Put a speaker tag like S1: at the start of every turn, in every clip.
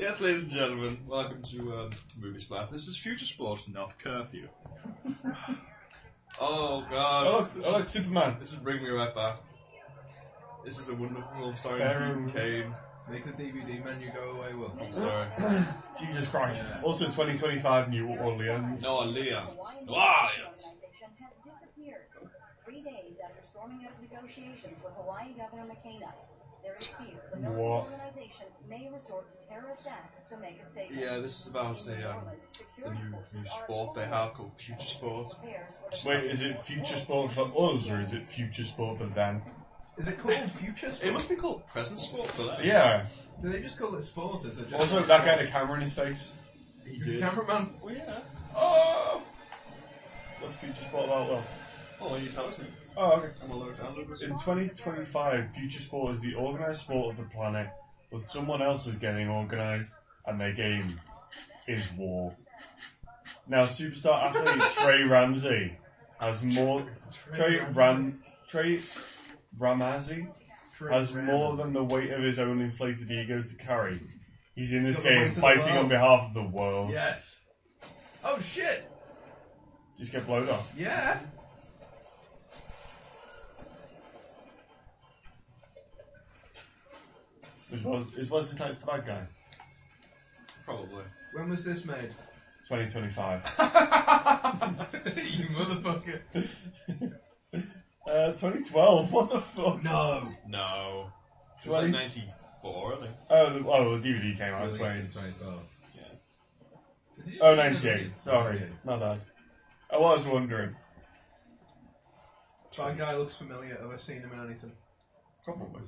S1: Yes, ladies and gentlemen, welcome to uh, Movie Splash. This is Future Sport, not Curfew. oh god,
S2: Oh, look,
S1: this,
S2: oh, look,
S1: is,
S2: Superman.
S1: this is bringing me right back. This is a wonderful film starring
S2: Baron.
S1: Dean Kane.
S3: Make the DVD menu go away, Will.
S1: I'm sorry.
S2: Jesus Christ. Also 2025 New Orleans.
S1: No Orleans. No Orleans.
S4: has disappeared. Three days after storming out of negotiations with Hawaii Governor McKenna, there is fear the military
S2: What?
S4: organization may resort to terrorist acts to make a statement.
S1: Yeah, this is about the, um, the new, new sport they have called Future Sport.
S2: Wait, is it future sport for us or is it future sport for them?
S3: Is it called Future Sport?
S1: It must be called Present Sport for them.
S2: Yeah.
S3: Do they just call it Sport? Is it just
S2: Also, that guy had a camera in his face.
S1: he
S3: He's a
S1: did.
S3: cameraman.
S1: Well, yeah.
S2: Oh! What's future sport about, Will?
S1: Oh, you tell us me.
S2: Oh, okay.
S1: I'm a lower downloader.
S2: In 2025, future sport is the organised sport of the planet, but someone else is getting organised, and their game is war. Now, superstar athlete Trey Ramsey has more. Trey Ram Trey Ramazzi
S3: Trey
S2: has
S3: Ram.
S2: more than the weight of his own inflated egos to carry. He's in this
S3: He's
S2: game
S3: got the weight of the
S2: fighting on
S3: world.
S2: behalf of the world.
S3: Yes. Oh shit!
S2: Just get blown up.
S3: Yeah.
S2: As well as, as well as tonight's the bad guy.
S1: Probably.
S3: When was this made?
S2: 2025.
S3: you motherfucker.
S2: Uh, 2012. What the fuck?
S3: No.
S1: No. It was
S2: Twenty-
S1: like 94, I think.
S2: Oh, the, oh, the DVD came out in
S3: Released
S2: 20.
S3: in 2012.
S1: Yeah.
S3: Is it
S2: Oh,
S3: just-
S2: 98. Sorry.
S3: 98.
S2: Not bad. I was wondering.
S3: Bad guy looks familiar. Have I seen him in anything?
S2: Probably.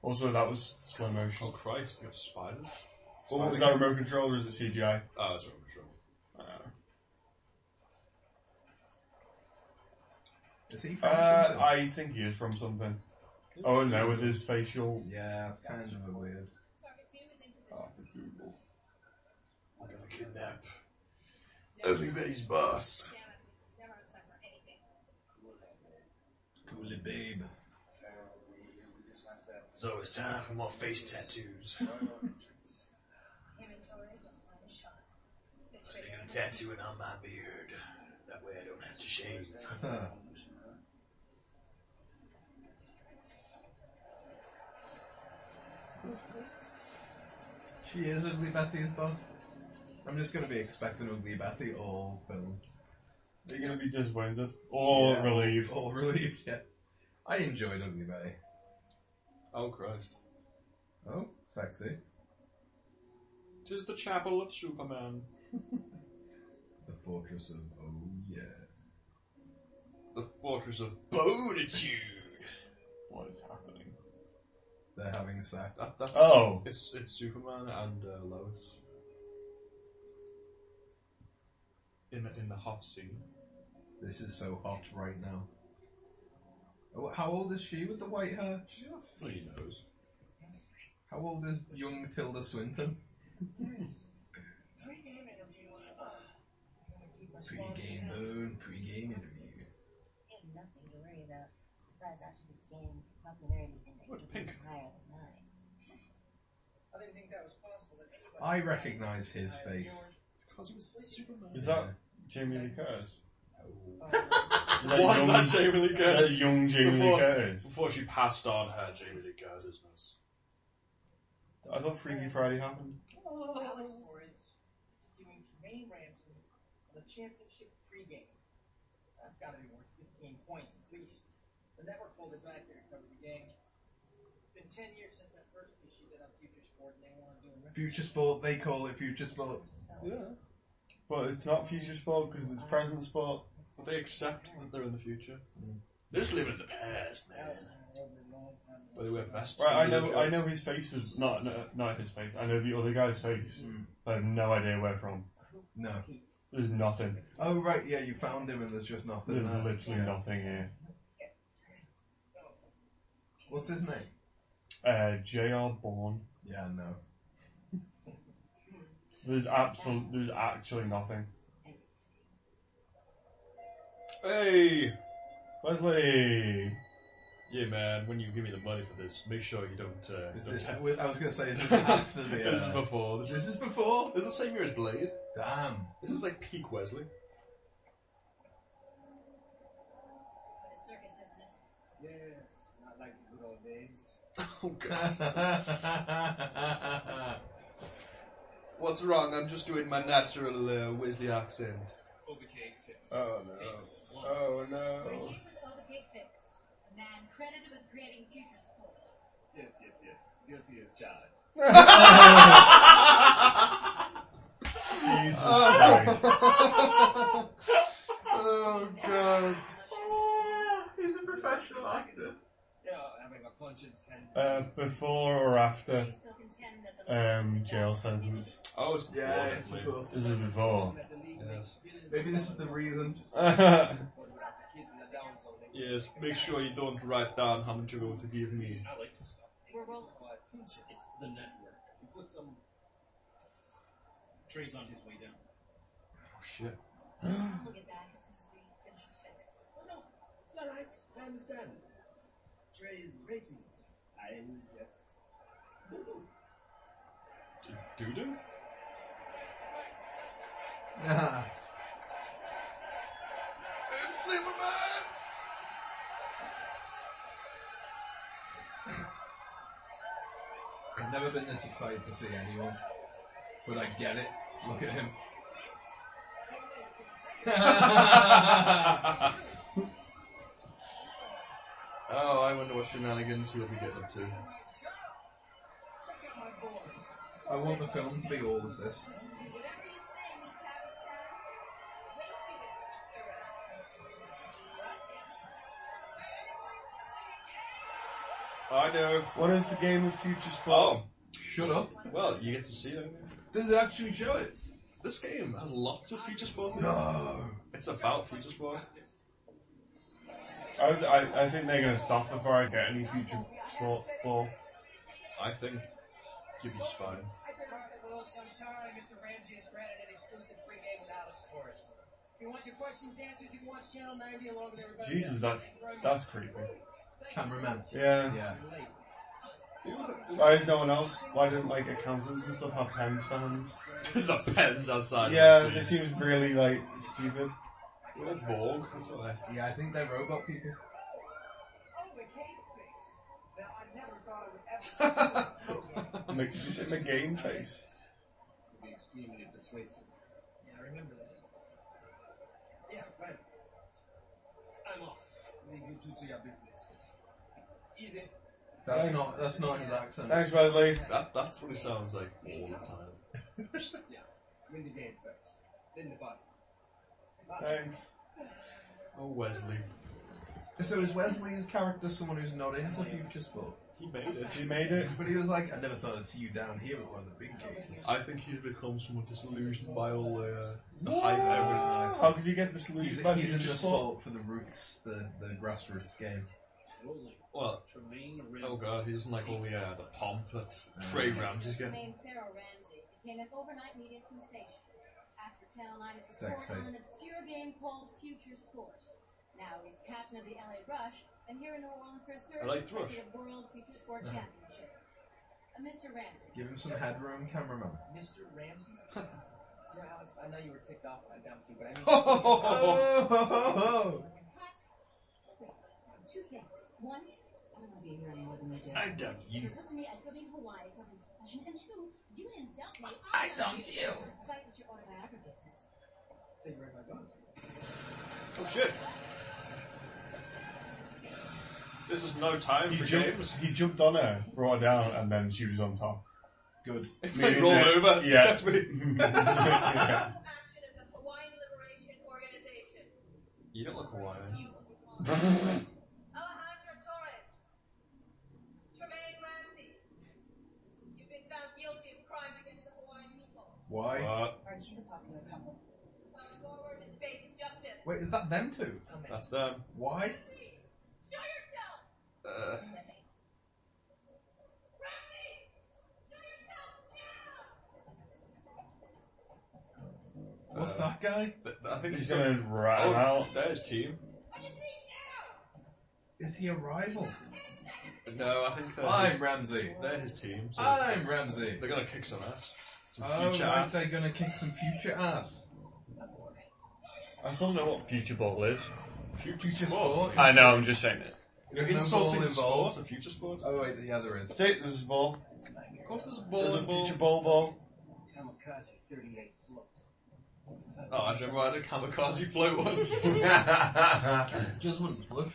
S2: Also, that was slow motion.
S1: Oh Christ, you got spiders?
S2: Well, what was that remote control or is it CGI?
S1: Oh, that's right, that's right.
S3: Is he from
S2: Uh,
S3: something?
S2: I think he is from something. Oh no, with his facial.
S3: Yeah, it's kind of a weird.
S2: Oh, the Google.
S1: I'm gonna kidnap everybody's boss.
S3: Coolie babe.
S1: It's always time for more face tattoos. I was thinking of tattooing on my beard. That way I don't have to shave.
S3: Huh. She is Ugly Betty's boss. I'm just going to be expecting Ugly Betty all film.
S2: They're gonna be disappointed or
S3: Yeah,
S2: relieved.
S3: All relieved, yeah. I enjoyed Ugly Betty.
S1: Oh Christ.
S3: Oh, sexy.
S1: Tis the chapel of Superman.
S3: The Fortress of Oh Yeah.
S1: The fortress of Boditude.
S2: What is happening?
S3: They're having sex.
S1: That, that's
S2: Oh,
S1: It's it's Superman and uh, Lois. In in the hot scene.
S3: This is so hot right now. Oh, How old is she with the white hair?
S1: She's got three nose.
S3: How old is young Tilda Swinton?
S5: Pre-game interview.
S3: Pre-game moon, pre-game interview.
S4: Nothing to worry about. Besides, after this game, popularity index
S1: What's pink?
S4: higher than mine.
S5: I didn't think that was possible that
S3: I
S5: anybody.
S3: recognise his face.
S1: It's because he was Superman.
S2: is that Jamie Lee Curtis? Is that
S1: What?
S2: young,
S1: Not Jamie Lee
S2: is that
S1: Curtis.
S2: young Jamie Lee
S1: Before-
S2: Curtis?
S1: Before she passed on her Jamie Lee Curtisness.
S2: I thought Freaky Friday happened.
S5: Alex Torres doing Jermaine Ramsey on the championship pregame. That's got to be worth 15 points at least. The network pulled it back here to cover the game. It's been 10 years since that first piece you did on Future Sport, and they want to do a
S3: Future Sport, they call it Future Sport.
S1: Yeah.
S2: But it's not future sport because it's present sport.
S1: But they accept that they're in the future.
S3: Mm.
S1: They just live in the past, man.
S5: thousand over a long time.
S1: Where they wear vests.
S2: Right, I
S1: and
S2: know, I
S1: blue
S2: know his face is not, no, not his face. I know the other guy's face.
S1: Hmm.
S3: Mm.
S2: I have no idea where from.
S3: No.
S2: There's nothing.
S3: Oh, right, yeah, you found him and there's just nothing
S2: There's
S3: there.
S2: literally
S3: Yeah.
S2: nothing here.
S3: What's his name?
S2: Uh, J.R. Bourne.
S3: Yeah, no.
S2: There's absolute. There's actually nothing.
S1: shirts. Hey!
S2: Wesley.
S1: Yeah, man, when you give me the money for this, make sure you don't. Uh,
S3: Is
S1: don't
S3: this, I
S1: tap-
S3: was going to say, is this after the. Uh,
S1: This is before. This
S3: is
S1: is,
S3: this before?
S1: this is the same year as Blade.
S3: Damn.
S1: This is like peak Wesley.
S4: The circus is this.
S5: Yes, not like the good old days.
S1: Oh
S3: That's
S1: What's wrong? I'm just doing my natural uh, Wesley accent.
S5: Overcade fits.
S2: Oh Oh
S4: We're
S2: no.
S4: here with Overgate Fix, a man credited with creating future sport.
S5: Yes, yes, yes. Guilty as charged.
S2: Jesus Christ.
S1: oh god.
S3: He's a professional actor.
S5: You know, having a conscience can.
S2: Uh, before or after
S4: Do you still contend that the
S2: um,
S4: laws of the
S2: jail
S4: dark community
S2: sentence?
S1: Oh, it's before
S3: Yeah, it's
S1: Wesley.
S3: before.
S2: This is before.
S5: That the league
S1: Yes.
S5: makes billions
S3: Maybe
S5: of
S3: this is the
S5: dollars
S3: reason.
S5: just
S2: yeah,
S5: for the kids in the down zone.
S1: Yes, make sure you don't write down how much you're going to give me.
S5: Alex,
S4: We're rolling.
S5: our attention. It's the network. You put some. Trey's on his way down.
S1: Oh shit.
S4: We'll get back as soon as we finish with Fix.
S5: Oh no, it's alright. I understand. Trey's ratings. I will just. Boo boo.
S1: Doo doo?
S3: Nah.
S1: It's Superman!
S3: I've never been this excited to see anyone. But I get it. Look at him.
S1: Oh, I wonder what shenanigans he'll be getting up to.
S5: Check out my board.
S3: I want the film to be all of this.
S4: Whatever you say, Miss Powdertown. Way to it, sister.
S1: I know.
S2: what is the game of future sport?
S1: Oh,
S3: Shut up.
S1: well, you get to see it.
S3: Does it actually show it?
S1: This game has lots of future sports in it.
S3: No.
S1: It's about future sport.
S2: I, I, I think they're going to stop before I get any future sport ball.
S1: I think you'll be just fine.
S5: Alright, folks, I'm sorry Mr. Ramsey has granted an exclusive pregame with Alex for us. If you want your questions answered, you can watch Channel 90 along with everybody
S2: Jesus,
S5: else.
S2: that's that's creepy.
S3: Cameraman.
S2: Yeah.
S3: Yeah.
S5: You're late.
S2: Why is no one else? Why didn't like accountants and stuff have pens for hands?
S1: There's the pens outside.
S2: Yeah,
S1: of the
S2: this
S1: scene.
S2: seems really like stupid.
S1: Or Borg. That's all right.
S3: Yeah, I think they're robot people.
S5: Oh, the cave fix. Now, I never thought I would ever see that program.
S2: Mc- Did you say McGame face?
S5: It'd be extremely persuasive. Yeah, I remember that. Yeah, right. I'm off. Leave you two to your business. Easy.
S3: That's
S2: Thanks.
S3: not. That's not his accent.
S2: Thanks, Wesley.
S1: That, that's what it sounds like all the time.
S5: Win the game first. Then the body.
S2: Thanks.
S1: Oh, Wesley.
S3: So is Wesley's character someone who's not into future sport?
S1: He made it.
S2: You made it.
S3: But he was like, I never thought I'd see you down here at one of the big games.
S1: I think he's become somewhat disillusioned by all the, uh, the hype and everything.
S3: nice.
S2: How could you get this
S3: He's,
S2: loose by
S3: he's in
S2: future
S3: the
S2: sport?
S3: sport for the roots, the, the grassroots game.
S5: Rolling.
S1: Well,
S5: Tremaine
S1: oh god, he doesn't like all the, uh, the pomp that Trey
S2: Mm.
S1: Ramsey's getting.
S4: Name Pharaoh Ramsey became an overnight media sensation after Channel 9's
S3: Sex
S4: report on an obscure game called Future Sport. Now he's captain of the LA Rush and here in New Orleans for his third
S1: I like Thrush.
S4: consecutive World Future Sport
S3: Uh-huh.
S4: Championship. Uh, Mr. Ramsey,
S3: Give him some headroom, cameraman.
S5: Mr. Ramsey? yeah, Alex, I know you were ticked off by Dumpty, but I mean.
S3: Oh,
S4: cut. Wait, two things. One, I don't want to be here any more than they do.
S1: I dump
S4: It
S1: you.
S4: was up to me, I'd still be in Hawaii covering the session. And two, you didn't dump me.
S3: I dumped you.
S4: Despite what your autobiography says.
S5: So you read my book?
S1: Oh shit! This is no time
S2: He
S1: for
S2: jumped,
S1: games.
S2: he jumped on her, brought her down, and then she was on top.
S3: Good.
S1: If
S2: Me
S1: they
S2: and
S1: roll
S2: Nick.
S1: over,
S2: Yeah.
S1: catch me.
S2: Yeah.
S6: action of the Hawaiian Liberation Organization.
S1: You don't look Hawaiian.
S4: You
S6: Alejandro Torres. Tremaine Ramsey. You've been found guilty of crimes against the Hawaiian people.
S3: Why?
S1: Uh,
S4: aren't you the popular couple?
S6: Come forward and face justice.
S3: Wait, is that them two?
S1: that's them.
S3: Why?
S6: Ramsey, show yourself!
S1: Uh,
S6: Ramsey, show yourself now!
S3: What's
S1: Uh,
S3: that guy?
S1: th- I think
S2: He's
S1: it's
S2: gonna rat him
S1: Oh,
S2: out.
S1: there's team.
S6: What do you need now?
S3: Is he a rival?
S1: No, I think they're,
S3: I'm Ramsey.
S1: they're his team. So
S3: I'm Ramsey.
S1: They're going to kick some ass. Some
S3: Oh,
S1: future
S3: right,
S1: ass.
S3: they're gonna kick some future ass.
S2: I still don't know what future ball is.
S3: Future sport.
S2: I know, I'm just saying it.
S1: You're
S3: There's no
S1: insulting
S3: ball
S1: the sport,
S3: involved.
S1: the future sport.
S3: Oh wait, yeah, there is.
S2: Say this is ball.
S3: Of course, there's a ball
S2: There's a
S3: involved.
S2: future ball ball.
S5: Kamikaze 38 float.
S1: Oh, I remember I had a kamikaze float once.
S2: That's
S3: Judgment flush.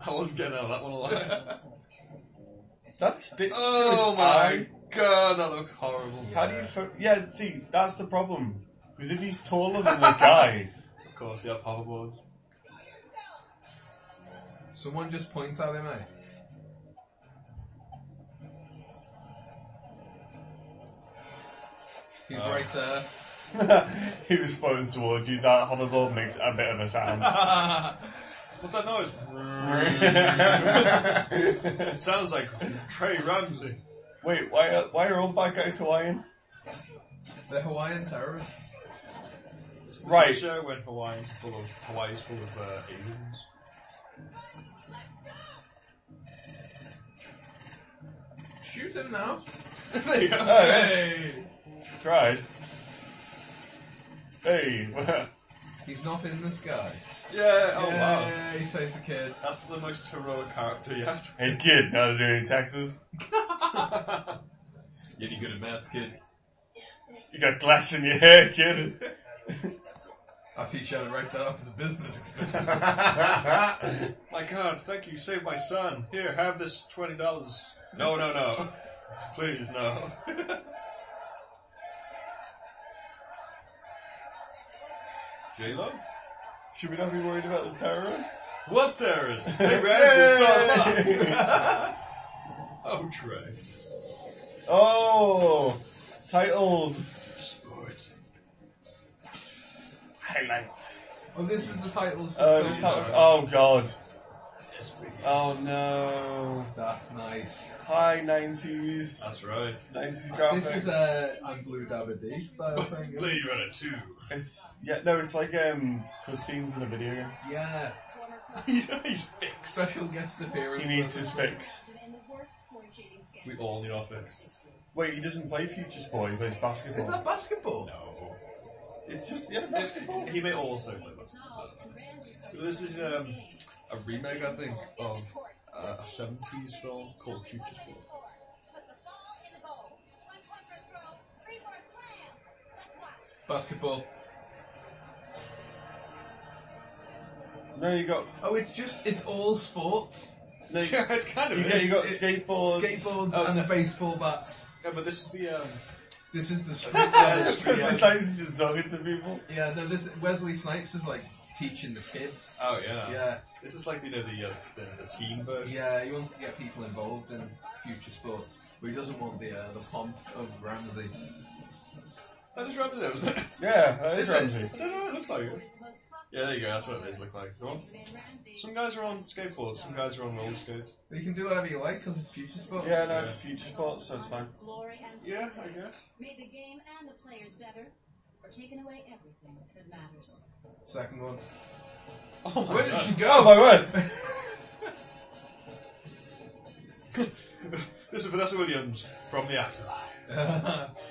S1: I wasn't getting out of that one alive.
S2: sticks
S1: oh
S2: to his
S1: my
S2: eye.
S1: god, that looked horrible.
S2: How do you? Fo- yeah, see, that's the problem. Because if he's taller than the guy,
S1: Of course, yeah, hoverboards.
S3: Someone just point at him, eh? He's
S1: Oh.
S3: right there.
S2: he was floating towards you. That hoverboard makes a bit of a sound.
S1: What's that noise? it
S2: Wait,
S1: sounds like Trey Ramsey.
S2: why are, why are all bad guys Hawaiian?
S3: They're Hawaiian terrorists.
S1: It's the
S2: Right.
S1: Show when Hawaii's full of Hawaii's full of uh, aliens.
S3: Shoot him now.
S1: there you go.
S2: Oh, hey. Tried. Hey,
S3: He's not in the sky.
S1: Yeah. Oh wow.
S3: Yay, He saved the kid.
S1: That's the most heroic character yet.
S2: hey kid, know how to do any taxes?
S3: You any good at maths, kid?
S2: You got glass in your hair, kid.
S3: I teach you how to write that off as a business expense.
S1: my God, thank you, saved my son. Here, have this twenty dollars. No, no, no. Please, no. J Lo.
S2: Should we not be worried about the terrorists?
S1: What terrorist? Hey, Ramsey's
S2: Yay!
S1: son. Oh, Trey.
S2: Oh, titles.
S1: Sports.
S2: Highlights.
S3: oh, this is the titles. for
S2: Uh,
S3: the
S2: the
S3: film.
S2: title- oh god.
S1: Yes, please.
S2: Oh no.
S3: That's nice.
S2: High 90s.
S1: That's right.
S2: 90s graphics.
S3: This is a Andrew Davidish style thing. isn't it?
S1: Blade Runner 2.
S2: It's yeah, no, it's like um cutscenes in a video game.
S3: Yeah.
S4: Former
S1: He's
S4: president
S1: fixed.
S3: Special guest appearance.
S2: He needs his fix.
S4: in the worst court cheating
S1: We
S4: scandal
S1: all need our
S4: in
S1: fix.
S4: history.
S2: Wait, he doesn't play Future Sport. He plays basketball.
S3: Is that basketball?
S1: No.
S2: It's just yeah, basketball.
S1: He may also play
S4: It's
S1: basketball.
S4: now, and Ramsey started
S1: This is
S4: running
S1: um,
S4: his game.
S1: a remake, I think, of
S4: Future court.
S1: uh, a 70s film called Future Sport.
S4: Put the ball in the goal. One point for a throw, three for a slam. Let's watch.
S3: Basketball.
S2: No, you got
S3: Oh, it's just, it's all sports.
S2: no, you,
S1: Yeah, it's kind of.
S2: yeah, you got
S3: It-
S2: skateboards.
S3: Skateboards
S1: Oh,
S3: and
S1: no.
S3: baseball bats.
S1: Yeah, but this is the. Um,
S3: This is the street
S1: Yeah,
S3: level
S1: it's
S3: street.
S2: Because
S1: yeah.
S2: it's like he's just talking to people.
S3: Yeah, no, this Wesley Snipes is like teaching the kids.
S1: oh, yeah.
S3: Yeah,
S1: This is like, you know, the, uh, the, the teen version.
S3: yeah, he wants to get people involved in future sport, but he doesn't want the uh, the pomp of Ramsey.
S1: That is Ramsey, though, isn't it?
S2: Yeah, that is
S3: uh, Is it?
S2: Ramsey.
S1: I don't know what it looks like. Yeah, there you go. That's what it is look like. Go on. Some guys are on skateboards, some guys are on roller skates.
S3: But you can do whatever you like because it's future sport.
S2: Yeah, no, it's Future Sport, so it's fine.
S4: Glory and
S1: Yeah, I
S4: blessing.
S1: guess.
S4: Made the game and the players better, or taken away everything that matters.
S3: Second one.
S1: Oh, my
S3: Where did
S1: God.
S3: she
S2: Oh
S3: go?
S2: my word!
S1: this is Vanessa Williams from the afterlife.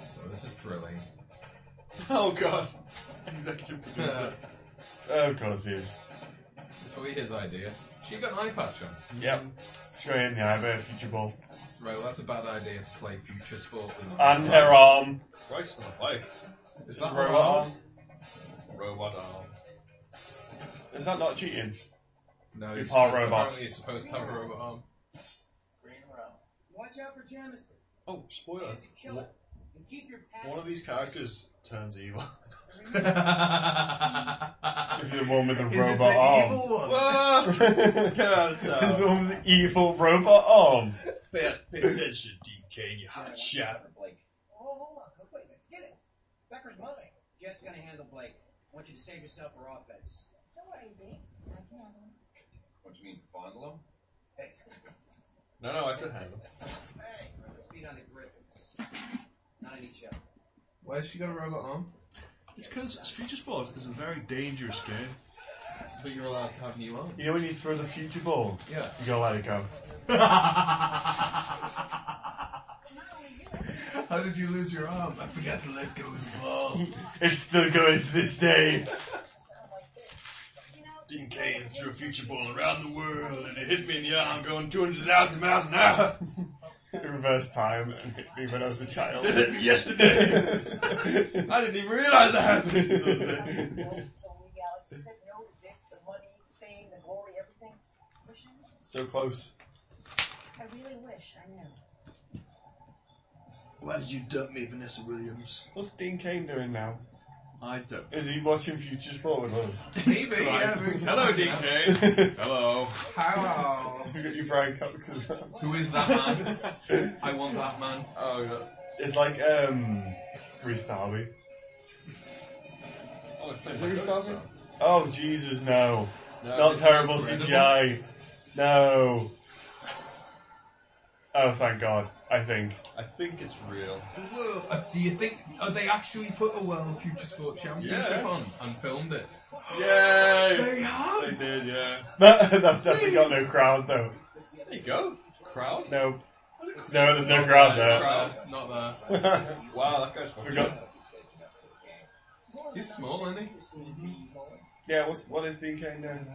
S3: Oh, this is thrilling.
S1: Oh god. Executive producer.
S2: Oh, of course he is.
S3: It's probably his idea. She got an eye patch on.
S2: Yep. Straight in the eyebrow, Future Ball.
S3: Right, well, that's a bad idea to play future sport with.
S2: And their arm.
S1: Christ on a bike.
S3: Is
S2: Just
S3: that
S2: robot
S3: allowed?
S2: arm.
S1: Robot arm.
S2: Is that not cheating?
S3: No,
S2: You're
S3: he's
S2: part
S3: supposed-
S2: robot.
S3: Apparently, he's supposed to have a robot arm.
S5: Green around. Watch out for Jamison.
S1: Oh, spoiler.
S5: He's a killer. And keep your passion.
S1: One of these characters turns evil.
S2: Is it the one with the
S3: Is it
S2: robot
S3: the
S2: arm?
S3: evil one?
S1: what?
S2: Get
S1: out of town.
S2: Is the one with the evil robot arm.
S1: pay, pay attention, DK, you hot shot.
S5: Blake. Oh, hold on. Let's wait a minute. Get it. Becker's mine. Jet's gonna handle Blake. I want you to save yourself for offense.
S4: Don't worry, Zeke. I can handle him.
S7: What do you mean, fondle him?
S5: Hey,
S1: No, no, I said handle.
S5: hey. Let's beat on the Griffins. Not on each other.
S3: Why has she got a robot arm?
S1: It's because Future Sport is a very dangerous game.
S8: But you're allowed to have new ones.
S2: You know when you throw the future ball,
S3: Yeah.
S2: you gotta let it go.
S3: How did you lose your arm? I forgot to let go of the ball.
S2: It's still going to this day.
S1: Dean Kane threw a future ball around the world and it hit me in the arm going 200,000 miles an hour.
S2: Reverse time and hit me when I was a child.
S1: It hit me yesterday. I didn't even realize I had this until today.
S5: galaxy said no to this, the money, fame, the glory, everything.
S2: so close.
S4: I really wish I knew.
S1: Why did you dump me, Vanessa Williams?
S2: What's Dean Kane doing now?
S1: I don't.
S2: Is he watching Future Sport with us?
S3: Maybe, yeah. maybe
S1: Hello, Dean Kane. Hello.
S3: Hello.
S2: you got your Brian Cox as well.
S8: Who is that man? I want that man.
S1: Oh, yeah.
S2: It's like um Chris Darby.
S1: Oh, it's
S2: Is
S1: like
S2: it
S1: a
S2: stopping? Oh Jesus no.
S8: No,
S2: Not
S8: it's
S2: terrible
S8: incredible.
S2: CGI. No. Oh thank God, I think.
S1: I think it's real.
S3: The world. Uh, do you think? Are they actually put a World Future Sport Championship
S1: Yeah.
S3: on and filmed it?
S1: Yay!
S3: They
S1: They
S3: have.
S1: did, yeah.
S2: That, that's definitely got no crowd though.
S1: There you go. Crowd.
S2: No. No, there's no crowd there.
S8: Not, not there.
S1: Wow, that guy's
S2: We
S1: fucking
S2: got-
S8: He's small, isn't he?
S2: yeah, what's what is Dean Kane doing?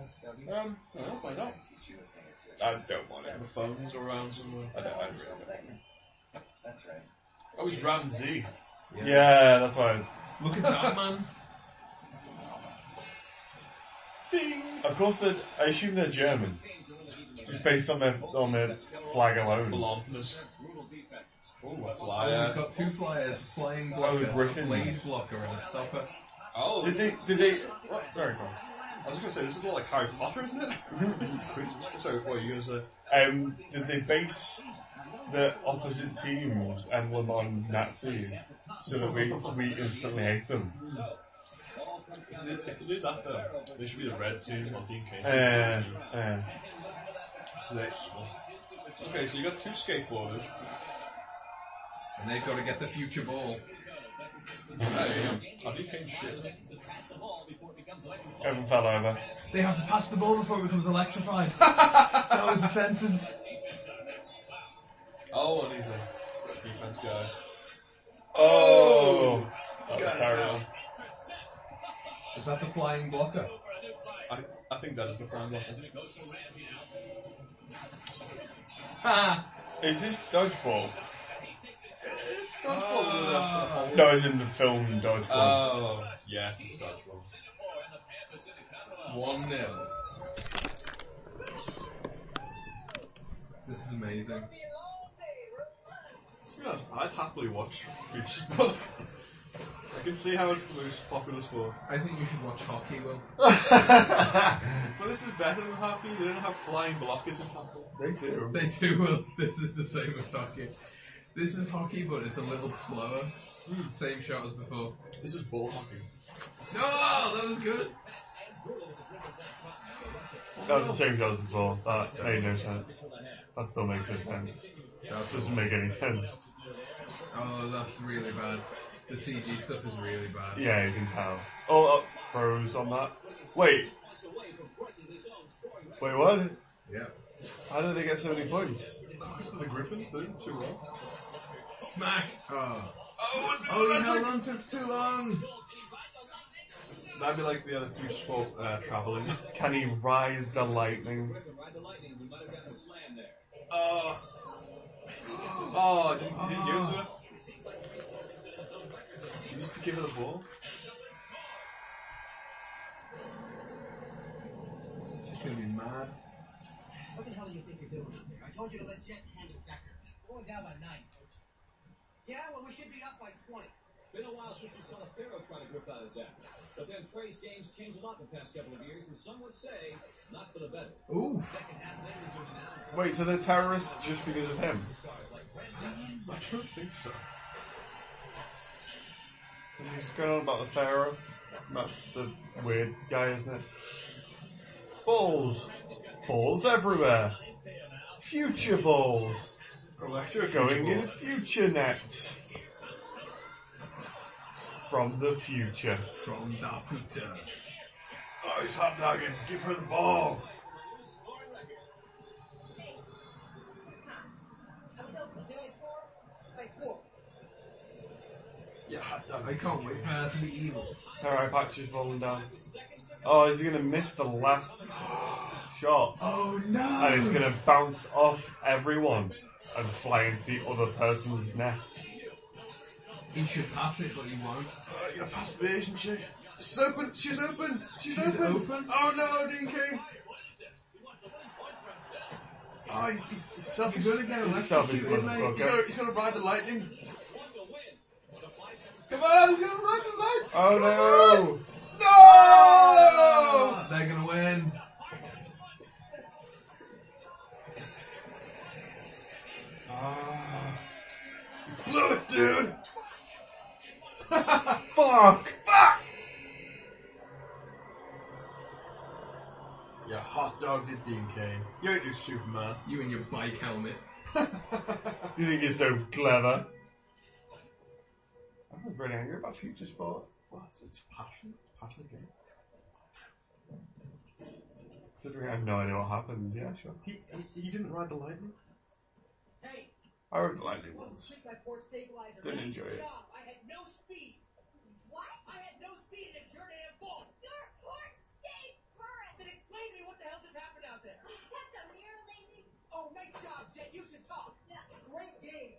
S1: Um, I don't find out.
S2: I don't want it.
S1: The phone's around somewhere.
S2: I don't I really don't.
S1: Oh, it's Ramsey.
S2: Yeah, that's why.
S3: Look at that man.
S2: Ding. Of course, they're, I assume they're German, just based on their on their flag alone.
S1: Blondness. Oh, a
S3: Oh,
S1: flyer.
S3: we've got two flyers, flying
S2: Oh,
S3: blocker,
S2: Griffin.
S3: a blaze blocker, and a stopper.
S1: Oh,
S2: Did they? Did they? Sorry, Colin.
S1: I was gonna say this is more like Harry Potter, isn't it? this is pretty. Sorry, what are you gonna say?
S2: Um, did they base the opposite teams and them on Nazis so that we, we instantly hate them?
S1: If they, if they do that though, they should be the red team or Dean Kane.
S2: Uh, uh,
S1: They're evil. Okay, so you got two skateboarders.
S3: And they've got to get the future ball.
S1: I think Kane's shit.
S2: Kevin fell over.
S3: They have to pass the ball before it becomes electrified. that was a sentence.
S1: Oh, and he's a defense guy.
S2: Oh, that was
S1: Got it
S2: terrible.
S1: down.
S3: Is that the flying blocker?
S1: I, I think that is the prime one. isn't it?
S3: Ha!
S2: Is this dodgeball?
S1: Ah.
S2: No, it's in the film dodgeball.
S1: Oh, yes, it's that one.
S3: 1 0. This is amazing.
S1: To be honest, I'd happily watch Future Sports. I can see how it's the most popular sport.
S3: I think you should watch hockey, Will.
S1: But this is better than hockey. They don't have flying blockers in hockey.
S2: they do.
S3: They do, Will. This is the same as hockey. This is hockey, but it's a little slower. Same shot as before.
S1: This is ball hockey.
S3: No! That was good!
S2: That was the same job as before. That made no sense. That still makes no sense.
S3: That's
S2: Doesn't make any sense.
S3: Oh, that's really bad. The CG stuff is really bad.
S2: Yeah, you can tell. Oh, oh froze on that. Wait. Wait, what?
S3: Yeah.
S2: How did they get so many points?
S1: Because of the Griffins, they didn't do too well.
S3: Smack! Oh,
S1: Oh,
S3: oh you held on to it for too long!
S1: That'd be like the other Future Sport uh, traveling.
S2: Can he ride the lightning?
S1: Oh. Oh, did, did you give it to her? You used to give her the ball?
S3: She's gonna be mad.
S5: What the hell do you think you're doing out there? I told you to let Jet handle Deckers. We're Going down by nine, coach. Yeah, well, we should be up by 20.
S9: Been a while since we saw a Pharaoh trying to grip out his act. But then Trey's game's changed a lot in the past couple of years, and some would say not for the better.
S3: Ooh!
S9: Second half leaders are now
S2: Wait, so they're terrorists just because of him?
S9: stars like Ramsey.
S1: I don't think so.
S2: Because he's going on about the Pharaoh. That's the weird guy, isn't it? Balls! Balls everywhere! Future balls!
S1: Electric
S2: Going in future nets! from the future.
S3: From the future.
S1: Oh, he's hobnogging. Give her the ball.
S6: Hey, should have passed. I was open. Did I score? I scored.
S1: Yeah, hot dog.
S3: I can't wait for her to be evil.
S2: Alright, back just rolling down. Oh, is he going to miss the last shot?
S3: Oh no!
S2: And it's going to bounce off everyone and fly into the other person's net.
S3: He should pass it, but he won't.
S1: Uh, you're past the Asian chick. She's open. She's open. She's,
S3: She's
S1: open.
S3: open?
S1: Oh no, Dean King. Oh, he's, he's, he's selfish.
S3: You're gonna get
S2: He's selfish,
S3: electrocuted, mate.
S2: motherfucker.
S1: He's gonna, he's gonna ride the lightning. Come on, he's gonna ride the lightning.
S2: Oh
S1: No!
S3: Oh, they're gonna win. Ah,
S1: Blew it, dude.
S2: no! Fuck!
S1: Fuck! You hot dog did Dean Kane. You ain't no Superman.
S3: you and your bike helmet.
S2: You think you're so clever? I'm not really angry about future sport.
S1: what? It's passion. It's passion again.
S2: Considering I have no idea what happened. Yeah, sure.
S1: He, he, he didn't ride the lightning.
S6: Hey,
S2: I wrote the lightning once.
S6: trick my port stabilizer.
S2: Didn't
S6: Nice
S2: enjoy it.
S6: job. I had no speed. What? I had no speed and it's your damn fault.
S4: Your port stayed current.
S6: Then explain to me what the hell just happened out there.
S4: We kept a mirror lady.
S6: Oh, nice job, Jet. You should talk. Great game.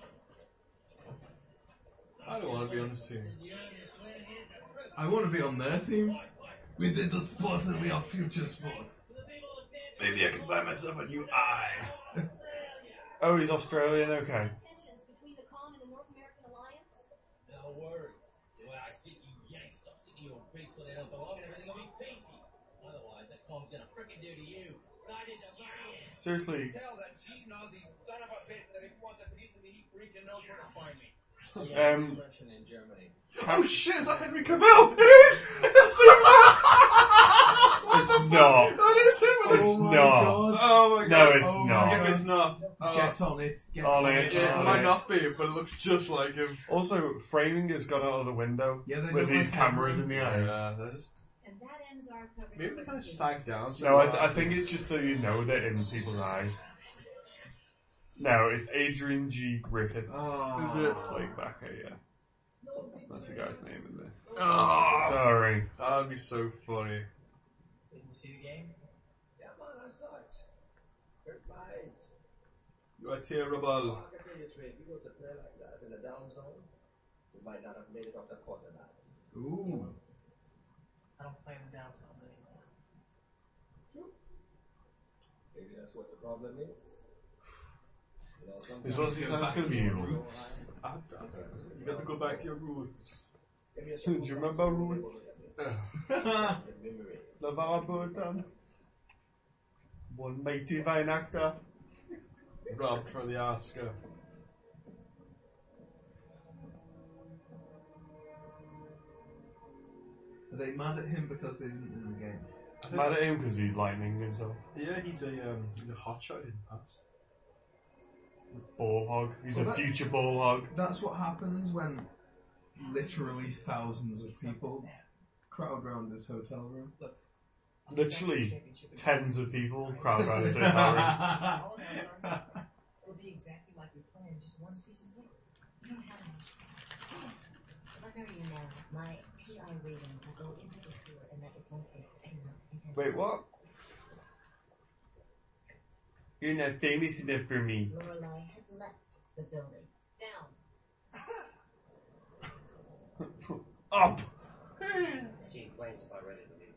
S1: I don't want to be on his team.
S3: I want to be on their team. We did the sport and we are future sport.
S1: Maybe I can buy myself a new eye.
S2: Oh, he's Australian? Okay.
S4: Tensions between the COM and the North American Alliance.
S9: No worries. The way I see you yanks stop sticking your beaks where they don't belong and everything will be peachy. Otherwise, that com's gonna frickin' do to you. But I did the man.
S2: Seriously,
S5: Tell that cheap Nazi son of a bitch that if he wants a piece of me, he freaking knows where to find me.
S2: Um,
S5: in Germany.
S1: Oh shit, is that Henry Cavill? It is! It's Superman! What
S2: It's
S1: the fuck?
S2: not.
S1: That is him! It
S2: it's
S1: is.
S2: not.
S1: Oh my god.
S2: No, it's
S1: oh
S2: not.
S1: My god. It's not. Oh,
S3: Get on it. Get
S2: On
S3: on,
S2: it,
S3: it.
S1: it
S2: on
S1: might
S2: it.
S1: not be, but it looks just like him.
S2: Also, framing has gone out of the window
S3: Yeah, they
S2: with
S3: don't
S2: these
S3: like
S2: cameras in the eyes.
S1: Yeah, they're just-
S4: And that ends our coverage.
S1: maybe they're gonna sag down. so
S2: No, I,
S1: that-
S2: th- I think it's just so you know that in people's eyes. No, it's Adrian G. Griffiths.
S3: Oh.
S2: Is it? Like back here, yeah. That's the guy's name in there. Ah.
S1: Oh,
S2: Sorry.
S1: that'd be so funny.
S5: Didn't you see the game? Yeah, man, I saw it. Hurt my eyes.
S1: You are terrible.
S5: I can tell you a trick. If you go to play like that in the down zone, you might not have made it off the court tonight.
S3: Ooh.
S5: I don't play in the down zones anymore.
S9: Maybe that's what the problem is. You know,
S2: Is
S9: sometimes
S2: what he sounds because you.
S1: I- I don't know. You got to go back to your roots.
S9: maybe I
S2: Do
S9: should
S2: you remember Roots?
S1: Ugh.
S9: the memories.
S2: The Warburton. One mighty Weihnachter.
S1: Robbed for the Oscar.
S3: Are they mad at him because they didn't win the game?
S1: I think-
S2: Mad at him because he's lightning himself.
S1: Yeah, he's a um, he's a hotshot in pass.
S2: Ball hog. He's
S3: Well,
S2: a
S3: that-
S2: future ball hog.
S3: That's what happens when literally thousands of people crowd round this hotel room.
S2: Literally tens of people crowd around his hotel room.
S3: That's
S5: It'll be exactly like we planned, just one season later.
S4: You don't have much
S5: Hmm.
S4: time. I'll hurry you now. My PR reading will go into the sewer, and that is one place that I not intend.
S2: Wait, what? You're not famous enough for me.
S4: Lorelai has left the building. Down.
S2: Up!
S5: She complains about ready to leave.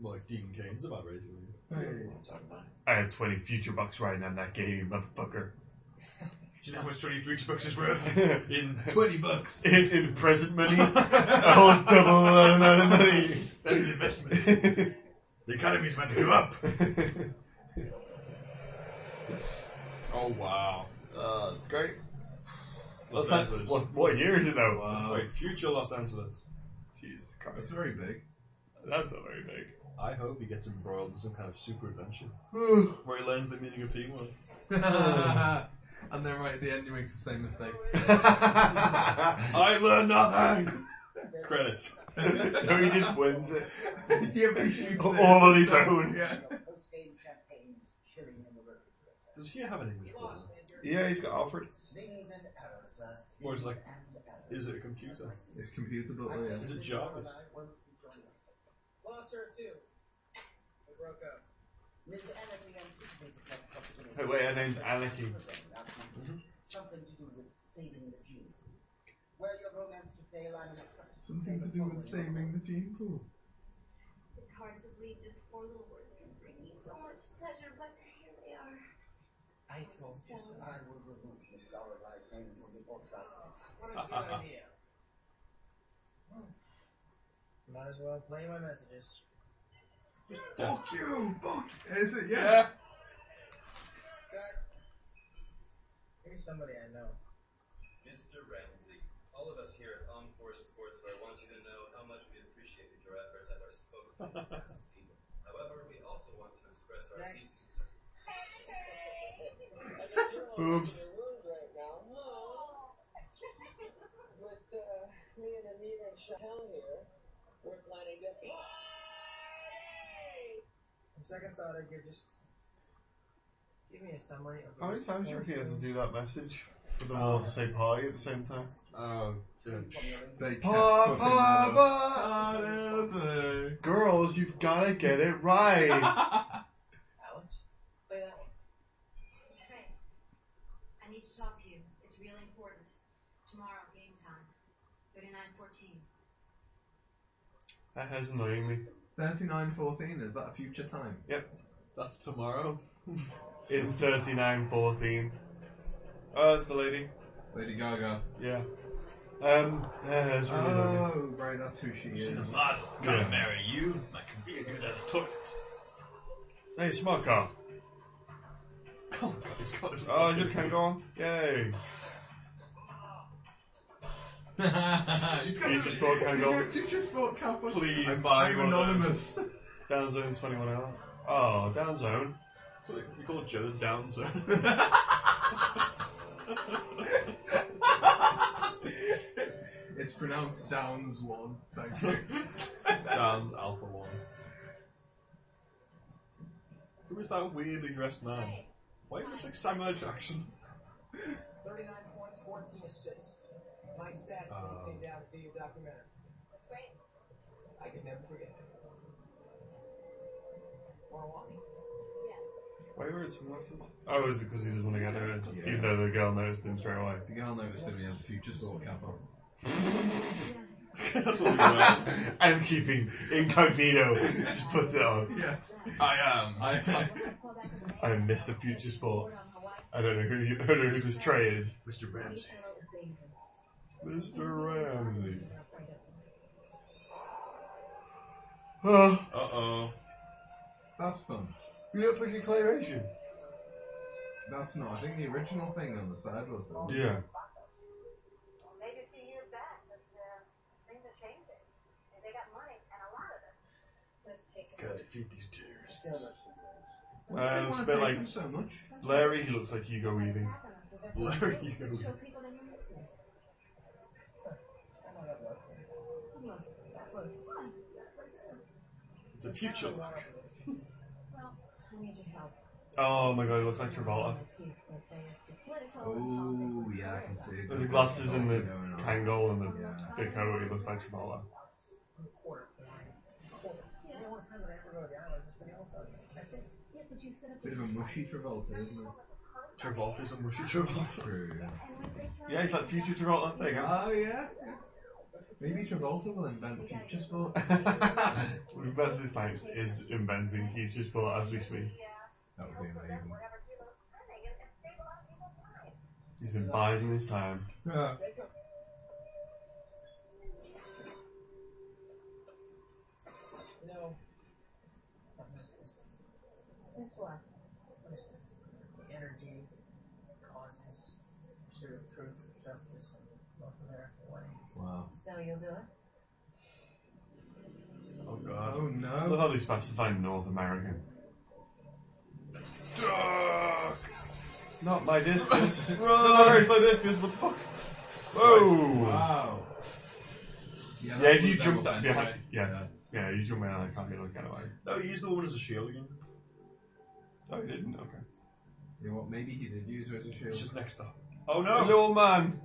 S1: Well, like Dean Kane's about ready to leave.
S2: I had 20 future bucks riding on that game, you motherfucker.
S1: Do you know how much 20 Freaks Bucks is worth? In.
S3: Twenty bucks.
S2: in, in present money, a whole Oh, double amount of money.
S1: That's an investment. The economy's about to go up. Oh, wow.
S2: uh, it's great.
S1: Los
S2: What's that,
S1: Angeles.
S2: what, what year is it though?
S3: Wow.
S1: Sorry, future Los Angeles.
S2: Jesus
S3: It's
S2: Christ.
S3: very big.
S2: That's not very big.
S1: I hope he gets embroiled in some kind of super adventure
S3: Ooh.
S1: where he learns the meaning of teamwork.
S3: And then right at the end, he makes the same mistake.
S1: I learned nothing. Credits.
S2: no, he just wins it.
S3: yeah, but he shoots it.
S2: All on his own.
S3: Yeah.
S5: Post-game champagne's chilling in the refrigerator.
S1: Does he have an English voice?
S2: Yeah, he's got Alfred.
S5: Slings and arrows are slings
S1: Or is like,
S5: and arrows.
S1: is it a computer?
S3: It's computer,
S5: Oh,
S3: but yeah.
S1: Is it Jarvis?
S5: Lost her too. We broke up.
S4: Ms. Anarchy anticipated that question.
S2: Hey, wait, her name's Anarchy.
S5: Mm-hmm.
S4: Something to do with saving the gene. Where your romance to fail, I'm instructed. to
S3: Something to
S4: play the
S3: do with
S4: forward.
S3: saving the gene pool.
S6: It's hard to believe just four little words can bring me so much pleasure, but here they are.
S5: I told you so. I will remove Miss Lorelai's name from the podcast. What a good idea. Might as well play my messages.
S3: Fuck you! Fuck! Is it? Yeah.
S1: Yeah.
S5: Cut. Here's somebody I know.
S10: Mr. Ramsey, all of us here at OnForce Sportswear want you to know how much we appreciated your efforts as our spokesperson last season. However, we also want to express our
S5: Next.
S10: deep
S2: Boobs.
S9: But uh, me and Amira and Chantel here, we're planning to.
S5: On second thought, I could just give me a summary of. the
S2: How many times do you reckon you had to
S5: response.
S2: do that message for them
S3: Oh.
S2: all to say party at the same time?
S1: Oh,
S3: They kept
S2: Pa,
S3: fucking
S2: pa,
S3: them up.
S2: pa. Girls, you've gotta get it right.
S5: Alex, play that one.
S4: Trey, I need to talk to you. It's really important. Tomorrow, game time. 3914.
S2: that has annoying me.
S3: 3914, is that a future time?
S1: that's tomorrow.
S2: In 3914. Oh, that's the lady.
S3: Lady Gaga.
S2: Yeah. Um, yeah, it's really lovely.
S3: Oh, right, that's who she is.
S10: model.
S2: Gotta Yeah.
S10: marry you. I can be a good at a toilet.
S2: Hey, smart car.
S1: Oh, God, he's got his
S2: Oh, is it can go on? Yay. Future sport can
S3: He's got
S2: go
S3: a future sport cap on.
S1: Please
S3: I'm,
S1: buy
S3: I'm
S1: one of
S3: anonymous.
S2: down zone 21 hour. Oh, down zone.
S1: That's what we call Joe the Downser.
S3: it's pronounced Downs One. Thank you.
S1: Downs Alpha 1. Who is that weirdly dressed man?
S4: Trey,
S1: Why do you look like Samuel L. Jackson?
S5: 39 points, 14 assists. My stats
S1: Um.
S5: linked me down to your documentary.
S4: Trey,
S5: I could never forget it. Marwani.
S2: Why were it some left? Oh, is it because he's the one that got noticed?
S3: Yeah.
S2: Even though the girl noticed him straight away.
S3: The girl noticed that he has a future sport cap on.
S1: that's all you ask.
S2: I'm keeping incognito. Just put it on.
S3: Yeah.
S1: I am.
S2: I, I miss the future sport. I don't know who, you, I don't know who this Trey is.
S1: Mr. Ramsey.
S2: Mr. Ramsey. Oh,
S1: Uh oh.
S3: That's fun.
S2: we got fucking claymation.
S3: That's not. I think the original thing on the side was that.
S2: Yeah.
S6: Maybe a few years back, but uh, things are changing. And they got money and a lot of it. Let's take it.
S1: Gotta defeat these terrorists.
S3: Why
S2: Um,
S3: do
S2: it's a
S3: they
S2: bit
S3: want
S2: like
S3: to take them so much?
S2: Larry, he looks like Hugo Weaving.
S1: Larry, you know.
S4: Show people their new business. Look, look.
S1: It's a future look.
S4: Well, I need your help.
S2: Oh my god, he looks like Travolta.
S3: Oh, yeah, I can see it.
S2: With the glasses and the
S3: Going on.
S2: Kangol and the
S3: Yeah.
S2: big coat, he looks like Travolta.
S5: Quarter point. Quarter. The only time that I ever go down is just when else does it. That's it.
S4: Yeah, but you set up
S3: Bit of a mushy Travolta, isn't it?
S1: Travolta's a mushy Travolta.
S3: True.
S2: Yeah, he's like future Travolta. There you go.
S3: Oh, yeah. Maybe Travolta will invent the future sport.
S2: One of Wesley Snipes is inventing future sport as we speak.
S3: That would be amazing.
S2: He's been biding his time.
S3: Yeah.
S5: Jacob. No. I missed this.
S4: This one.
S5: This energy causes pursuit of truth, justice, and North American way.
S3: Wow.
S4: So you'll do it?
S1: Oh god.
S3: Oh
S2: I love
S3: no.
S2: how they specify North American. Not my distance.
S3: Run.
S2: No, no, it's my distance. What the fuck? Whoa.
S3: Wow.
S2: Yeah, if you
S3: that
S2: jump
S3: will
S2: that
S3: bend
S2: behind,
S3: away.
S2: yeah, yeah, you jump behind, I can't be looking away.
S1: No, use the woman as a shield again.
S2: Oh, you didn't. Okay.
S3: You know what? Maybe he did use her as a shield.
S1: It's just next up. Oh no!
S2: Hello, man.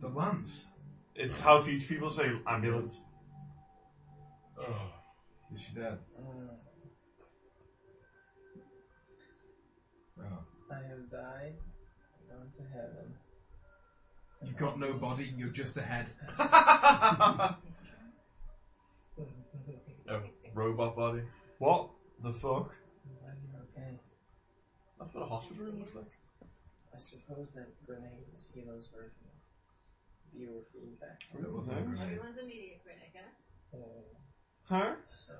S3: The lance.
S2: It's how few people say ambulance.
S1: Oh.
S3: Is she dead?
S5: Mm.
S3: Oh.
S5: I have died gone to heaven.
S3: You got no body. You're just a head.
S1: No, robot body.
S2: What the fuck?
S5: Glad you're okay.
S1: That's what a hospital room looks like.
S5: I suppose that grenade was Hilo's version of viewer feedback.
S2: It wasn't a grenade.
S6: Everyone's a media critic, huh?
S5: Oh,
S2: Huh?
S5: so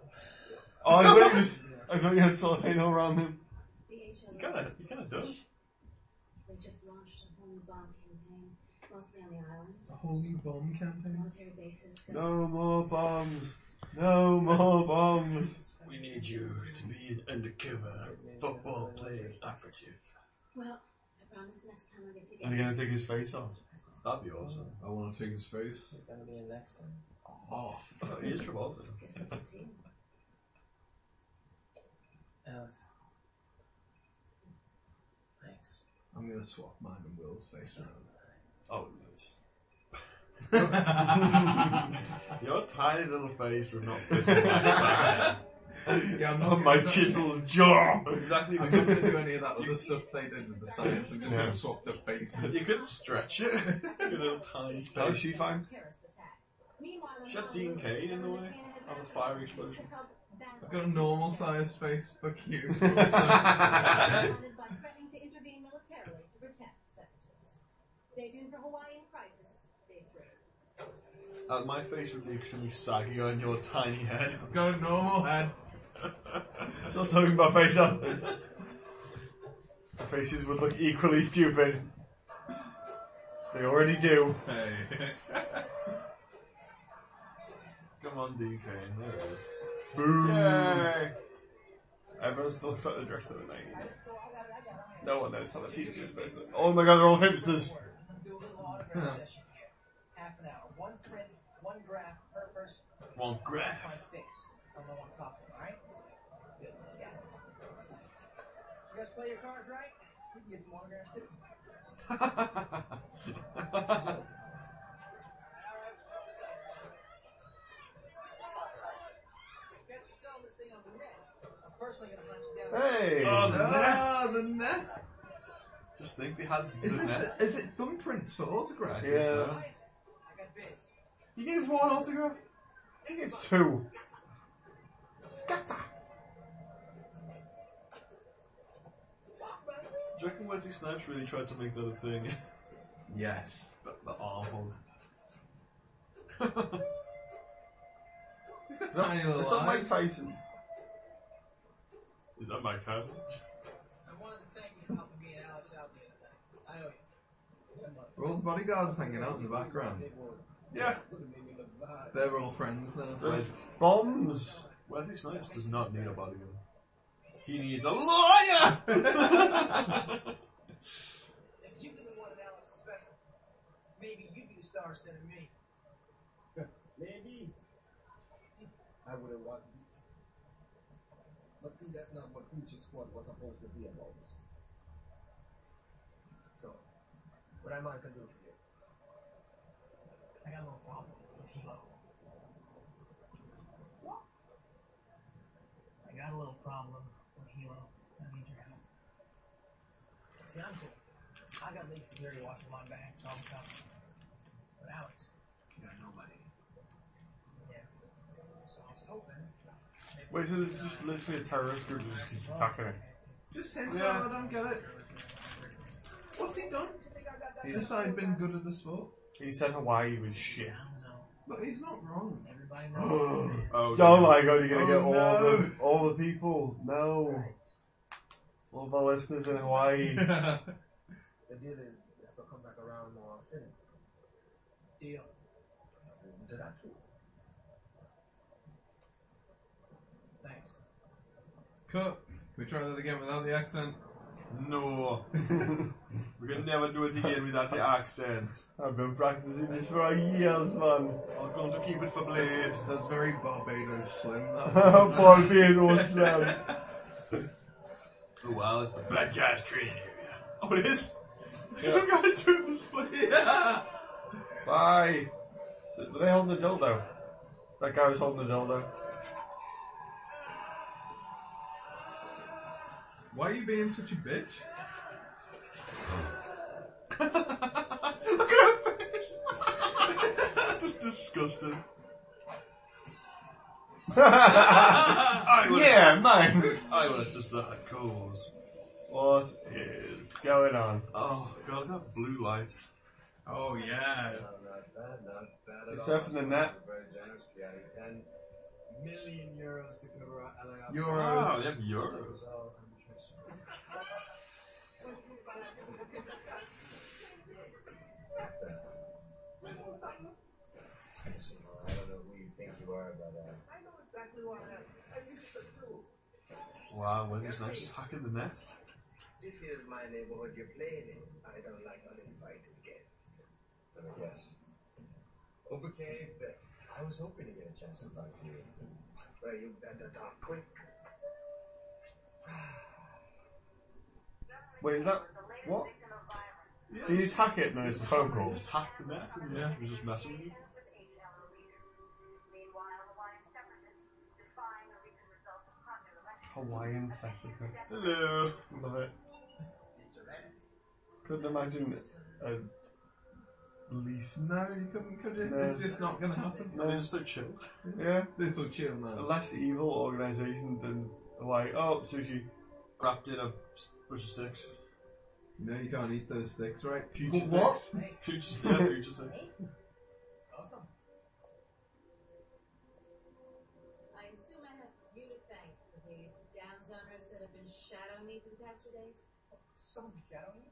S2: Oh, I thought you was, I thought you had solid all around him.
S4: The HLA.
S1: You kinda, you kinda does.
S4: They just launched a whole new bomb campaign, mostly on the
S3: A
S4: islands.
S3: whole new bomb campaign.
S4: Military bases.
S2: No more bombs. No more bombs.
S1: We need you to be an undercover football playing operative.
S4: Well, I promise next time I get to
S2: Are they gonna take his face off?
S1: That'd be awesome.
S3: I want to take his face.
S5: it's gonna be a next one.
S2: Oh.
S1: Oh, he is Travolta.
S4: Guess it's a team.
S5: Alex. Thanks.
S3: I'm gonna swap mine and Will's face
S2: Oh, nice.
S3: around.
S1: Your tiny little face would not fit in that
S3: yeah, I'm
S2: Oh,
S3: not
S2: my
S3: gonna-
S2: chiseled jaw.
S1: bag. Exactly.
S3: I'm
S1: We
S3: not gonna
S1: could,
S3: do any of that other stuff they did with the science. I'm just
S2: Yeah.
S3: gonna swap their faces.
S1: you could stretch it. Your little tiny
S2: How is
S1: face.
S2: she fine?
S4: Terrorist attack. Meanwhile, in
S1: Shut
S4: Honolulu,
S1: Dean Cain in the way.
S4: government has
S1: Have a
S4: asked
S1: fire
S4: the police to
S1: explosion.
S4: help that-
S3: I've got a normal sized face. Fuck you.
S4: Responded by threatening to intervene militarily to protect savages. Stay tuned for Hawaiian Crisis, Day 3.
S1: Uh, my face would be extremely saggy on your tiny head.
S3: I've got a normal head.
S2: Stop talking about face off. Faces would look equally stupid. They already do.
S3: Hey.
S1: Come on, Dean Cain. There it is.
S2: Boom.
S1: Yay.
S2: Everyone still looks like they're dressed up in the 90s. No one knows how the future is supposed to Oh my god, they're all hipsters.
S5: Do a little autograph session here. Half an hour. One print, one graph per person.
S1: One
S5: Try
S1: graph.
S5: to fix. Don't know what talking, alright? Good, let's go. You guys play your cards right? You can get some autographs too. Alright, well, what's up? Get yourself this thing on the net. I'm personally gonna hunt you down.
S2: Hey.
S1: Oh, the
S3: Ah, the net.
S1: Just think they had
S3: Is
S1: the net.
S3: this is it thumbprints for autographs?
S2: Yeah.
S5: Guys, I got this.
S2: You gave one autograph? You gave two. Scatter.
S1: Do you reckon Wesley Snipes really tried to make that a thing?
S3: Yes.
S1: the, the arm hole.
S3: He's got tiny little
S2: Is that Mike
S3: eyes.
S2: Tyson?
S1: Is that Mike Tyson?
S5: I wanted to thank you for helping me and Alex out the other day. I owe you. Good luck.
S3: Are all the bodyguards hanging out in the background?
S1: Yeah.
S3: They're all friends now.
S2: There's bombs.
S1: Wesley Snipes does not need a bodyguard. He needs a Oh, lawyer!
S5: If you didn't want an Alex special, maybe you'd be the star instead of me.
S9: Maybe. I would have wanted it. But see, that's not what Future Squad was supposed to be about. So, what am I gonna do for you?
S5: I got no problem with Hilo. I got a little problem with Hilo. I need your help. See, I'm cool. I got lead security watching my back all the time. But Alex, you got nobody. Yeah. So I was hoping.
S2: Wait, so there's just literally a terrorist group that just keeps attacking him.
S3: Just him.
S2: Yeah.
S3: though, I don't get it. What's he done? Has I been good at the sport?
S2: He said Hawaii was shit.
S5: I don't know.
S3: But he's not wrong.
S5: Everybody knows.
S1: oh,
S2: Oh my god, you're gonna
S3: Oh
S2: get all
S3: no.
S2: the all the people. No. All the listeners in
S9: The
S2: Hawaii.
S9: deal is, you have to come back around more often.
S5: Deal.
S9: Did I too?
S5: Thanks.
S3: Cut. Can we try that again without the accent?
S1: No. we can never do it again without the accent.
S2: I've been practicing this for years, man.
S1: I was going to keep it for Blade.
S3: That's very Barbados slim. that one.
S2: Barbados slam.
S1: Oh, wow, it's the bad guys training area. Oh, it is? Some guys doing this play. Yeah.
S2: Bye. Were they holding the dildo? That guy was holding the dildo.
S3: Why are you being such a bitch?
S1: Look at her face. Just disgusted. I would,
S2: yeah, mine.
S1: I would have just let that cause.
S2: What is going on?
S1: Oh god, that blue light.
S3: Oh yeah.
S10: No, not bad, not bad at
S2: It's
S10: all.
S2: happening now.
S10: We're Very generous, Chiari. 10 million euros to cover our LA
S3: Euros.
S1: Wow, they have
S10: It
S1: euros.
S10: was
S9: Oh,
S10: all untraceable. Listen, well, I don't know who you think you are, but uh,
S1: Wow, Wesley Snipes is hacking the net.
S10: This is my neighborhood you're playing in. I don't like uninvited guests. Yes. Okay, but I was hoping to get a chance to talk to you. Well, you better talk quick.
S2: Wait, is that what? Did you hack it? No, it's a phone call.
S1: Just hacked the net and yeah. was just messing with you.
S2: Hawaiian secretary.
S1: Hello.
S2: Love it.
S5: Mr. Ramsey,
S2: Couldn't imagine a least.
S3: No, you couldn't. Could it?
S2: No.
S3: It's just not gonna happen.
S1: They're
S2: No,
S1: just so chill.
S2: yeah,
S3: This will chill
S2: a
S3: now.
S2: less evil organisation than Hawaii. Oh, sushi.
S1: Grabbed in a bunch of sticks.
S3: No, you can't eat those sticks, right?
S1: Future
S3: Well,
S1: sticks.
S5: hey,
S1: Future sticks. Yeah, future sticks.
S5: welcome.
S4: I assume I have you to thank for the downzoners that have been shadowing me for the past two days.
S5: Some gentleman.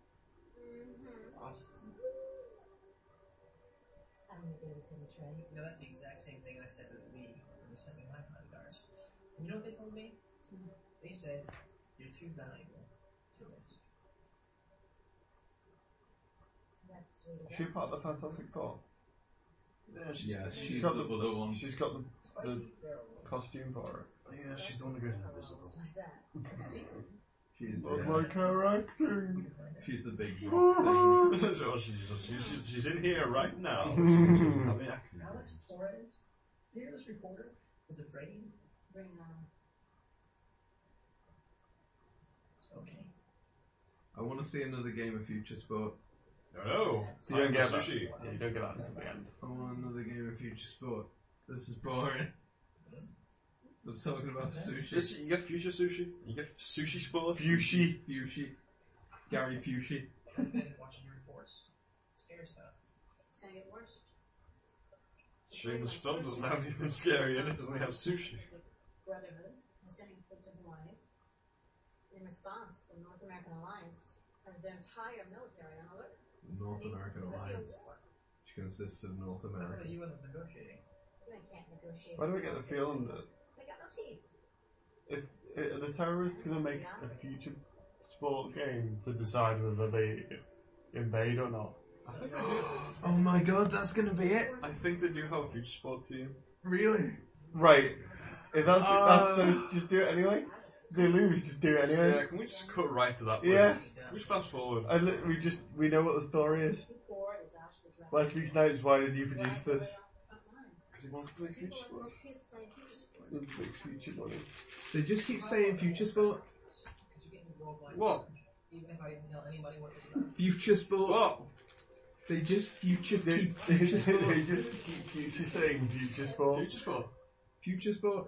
S4: Mm-hmm.
S5: Awesome.
S4: I'm gonna go to City Trade.
S5: You know, that's the exact same thing I said to the league when they sent me my five dollars. And you know what they told me?
S10: Hmm.
S5: They said, you're too valuable to risk.
S4: That's sweet.
S2: Is
S4: of
S2: she
S4: them.
S2: part of the Fantastic Four?
S1: Yeah, she's,
S3: Yeah,
S2: she's
S3: she's
S2: got
S3: the
S2: the-
S3: blue one.
S2: She's got the
S5: Spicy Pharaoh rolls.
S2: costume for it.
S1: yeah, she's the one who goes invisible.
S4: What's that?
S3: She's
S2: Not
S3: the,
S2: like her acting.
S3: she's the big rock thing.
S1: so she's, just, she's, she's, she's in here right now. She doesn't have any acting.
S5: Alex Torres, you hear this reporter is afraid?
S4: Bring um, it on.
S5: It's okay.
S3: I want to see another game of Future Sport.
S1: No, no.
S2: So you don't
S1: I'm
S2: get that.
S1: sushi.
S2: Yeah, you don't get that until the end.
S3: I want another game of Future Sport. This is boring. I'm talking about sushi.
S1: Yes, you get future sushi. You get sushi sport.
S2: Fushi.
S3: Fushi. Gary Fushi.
S5: I've been watching your reports. It scares stuff.
S4: It's gonna get worse.
S1: Shameless film doesn't have anything scary in it. It only has sushi.
S4: Brotherhood was sending food to Hawaii. In response, the North American Alliance has their entire military on alert.
S3: North
S4: It
S3: American
S4: could be a
S3: Alliance,
S4: war.
S3: which consists of North
S5: I thought
S3: America.
S5: you end up negotiating.
S4: They can't negotiate.
S2: Why do we get the feeling that
S4: They got no teeth.
S2: It's, are the terrorists going to make a future sport game to decide whether they invade or not?
S1: I think they do.
S3: Oh my god, that's gonna be it?
S1: I think they do have a future sport team.
S3: Really?
S2: Right. If that's,
S1: Uh.
S2: that's so, just do it anyway. If they lose, just do it
S1: Yeah,
S2: anyway.
S1: can we just cut right to that?
S2: Yeah.
S1: please? Can we just fast forward?
S2: I li- we just we know what the story is.
S4: Too poor to dodge the draft.
S2: Wesley Snipes, why did you produce this?
S1: Because he wants to make future
S4: People are
S1: sport.
S4: those kids playing future sport.
S2: Let's make future money.
S3: They just keep saying Future Sport.
S5: Could you get me worldwide?
S1: What?
S5: Even if I didn't tell anybody what it was about.
S3: Future Sport.
S1: What?
S3: They just future
S2: They,
S3: keep
S2: they
S3: Future
S2: just keep
S3: Sport.
S2: future saying future sport.
S1: Future sport.
S3: Future Sport.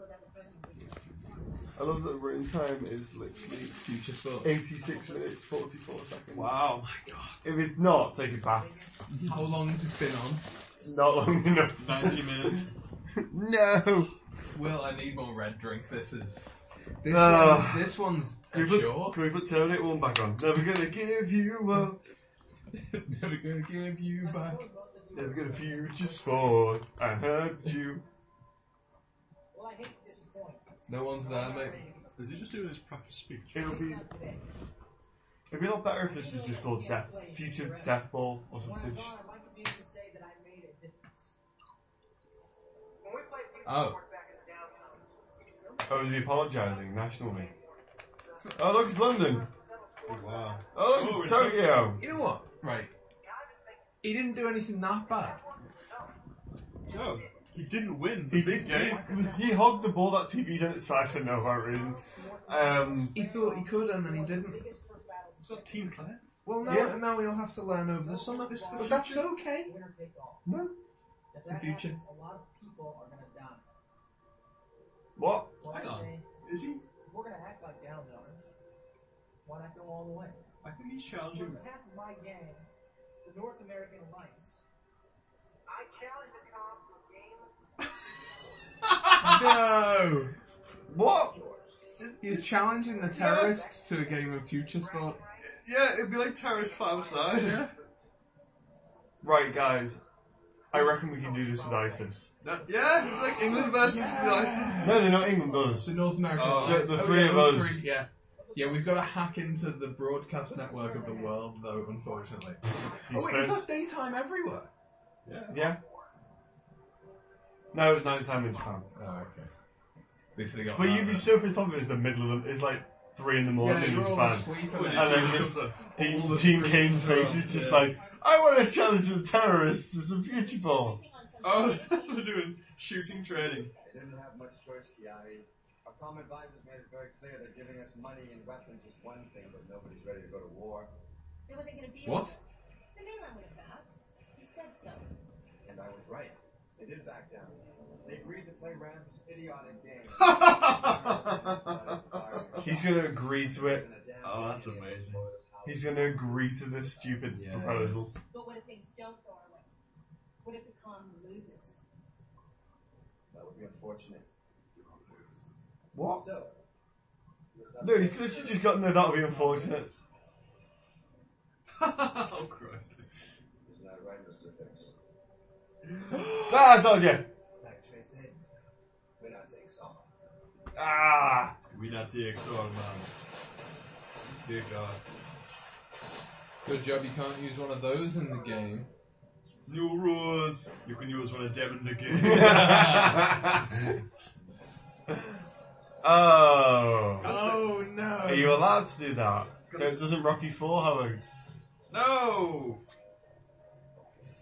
S2: I love that running time is literally
S3: Future Sport.
S2: 86 minutes 44 seconds.
S1: Wow, my god.
S2: If it's not, take it back.
S3: How long has it been on?
S2: Not long enough.
S1: 90 minutes.
S2: no.
S3: Will, I need more red drink. This is. This,
S2: Ugh.
S3: one's, this one's
S2: Can we, put, can we put Terminator 1 back on? Never gonna give you up.
S3: Never gonna give you back.
S2: Never gonna future sport. I hurt you.
S5: Well, I hate to disappoint.
S3: No one's there, mate.
S1: Is he just doing his practice speech?
S2: It would be. It'd be a lot better if this was just called Death Future Death Ball or
S5: When I'm
S2: something.
S5: gone, I want to be able to say that I made a difference. When we played future
S2: Oh.
S5: Sport back in the downtown,
S2: Oh, is he apologising nationally? Oh, look, it's London.
S1: Wow.
S2: Oh, look, it's Tokyo.
S3: You know what? Right. He didn't do anything that bad.
S1: No, he didn't win.
S2: He did. He, he hogged the ball that TV's on its side for no apparent reason. Um,
S3: He thought he could, and then he didn't.
S1: It's not Team Claire.
S3: Well, now,
S2: Yeah.
S3: now he'll have to learn over the summer.
S5: This is the
S3: but that's
S5: future.
S3: okay.
S5: winner take all.
S2: No.
S5: If
S3: It's the
S5: that
S3: future.
S5: happens, a lot of people are going to die.
S2: what?
S5: So I
S1: Hang on.
S5: say,
S1: Is he?
S5: if we're going to act like downtowners, why not go all the way?
S1: I think he's
S5: So
S1: challenging.
S5: half of my gang, the North American Alliance, I challenge the cop to a game
S3: no!
S2: What?
S3: He's challenging the terrorists to a game of future sport.
S1: Yeah, it'd be like terrorist five side. Yeah.
S2: Right, guys. I reckon we can do this with ISIS.
S1: That, yeah, it's like England versus the ISIS.
S2: No, no, no, England does.
S3: The North American
S1: Oh.
S3: Alliance.
S2: The- the
S3: Oh,
S2: three
S3: yeah,
S2: of
S3: those
S2: us.
S3: three, yeah. Yeah, we've got to hack into the broadcast network of the world, though, unfortunately.
S2: He's
S3: oh, wait,
S2: first.
S3: is that daytime everywhere?
S2: Yeah. No, it was nighttime in Japan.
S3: Oh, okay. At least they got
S2: But
S3: that
S2: you'd be
S3: right.
S2: so pissed off if it's the middle of the, it's like three in the morning
S3: Yeah,
S2: in
S3: you're all
S2: Japan.
S3: asleep
S1: And
S3: and
S2: And then
S3: then
S2: just
S3: all
S2: Dean,
S3: the
S2: Dean
S3: screens
S2: Kane's
S3: are
S2: face
S3: up,
S2: is just
S3: yeah.
S2: like, I want to challenge some terrorists to some future ball.
S1: Oh, they're doing shooting training.
S10: They didn't have much choice, Kiari. Our calm advisors made it very clear that giving us money and weapons is one thing, but nobody's ready to go to war.
S6: There wasn't going to be.
S3: What?
S6: The mainland would have backed. You said so.
S10: And I was right. They did back down. They agreed to play Ram's idiotic game.
S2: He's gonna agree to it.
S1: Oh, that's amazing.
S2: He's gonna agree to this stupid proposal.
S6: But what if things don't go our way? What if the con loses?
S10: That would be unfortunate.
S2: What?
S10: So,
S2: No, he's literally just got no. That would be unfortunate.
S1: oh Christ.
S10: isn't that right, Mr. Fix?
S2: Ah, I told you.
S10: Actually, I said, we not take song.
S2: Ah.
S1: We not DXR, man. Dear God.
S3: Good job you can't use one of those in the game.
S1: New rules. You can use one of them in the game.
S2: Oh.
S3: Oh, no!
S2: Are you allowed to do that? Don't- Doesn't Rocky Four have a?
S1: no.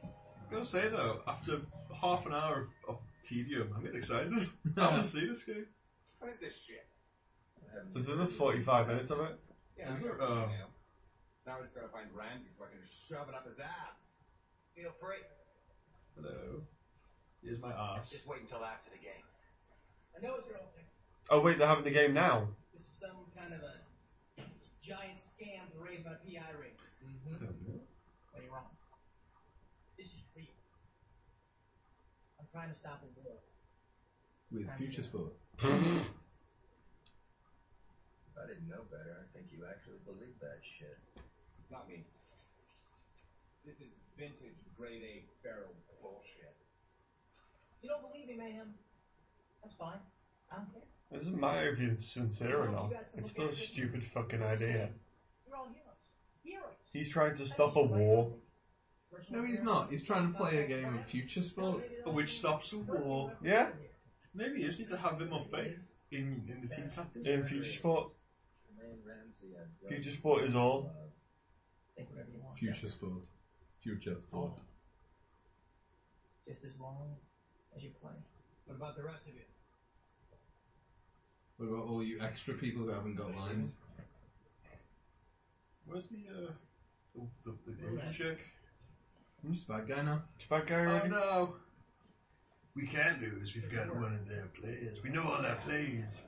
S1: i gotta say though, after half an hour of tedium, I'm getting excited. I want to see this game.
S11: What is this shit?
S2: There's another 45 minutes of it.
S11: Yeah,
S1: Is
S11: I
S1: there-
S11: got
S1: oh.
S11: it now. Now I just gotta find Ramsey so I can shove it up his ass. Feel free.
S1: Hello. Here's my ass.
S11: Just wait until after the game.
S5: I know it's your own thing.
S2: Oh wait, they're having the game now.
S5: This is some kind of a giant scam to raise my PI rating.
S1: I
S5: Mm-hmm.
S1: don't know.
S5: But you're wrong. This is real. I'm trying to stop a war.
S3: With future sport.
S10: If I didn't know better, I think you actually believe that shit.
S11: Not me. This is vintage grade A feral bullshit.
S5: You don't believe me, Mayhem? That's fine. I don't care.
S2: It doesn't matter if you're sincere or not. It's still a stupid fucking idea.
S5: You're all heroes. Heroes.
S2: He's trying to stop a war.
S3: No, he's not. He's trying to play a game of future sport.
S1: Which stops a war.
S2: Yeah.
S1: Maybe you just need to have him on faith in, in the team captain.
S2: In future sport,
S10: Tremaine Ramsey and
S2: future sport is all.
S5: Think whatever you want.
S3: Future sport. Future sport.
S5: Just as long as you play.
S11: What about the rest of you?
S3: What about all you extra people who haven't got lines?
S1: Where's the uh the, the, the Asian chick?
S3: I'm just a bad guy now.
S2: It's about going already.
S1: Oh, no. We can't lose. We've got one of their players. We know all their plays.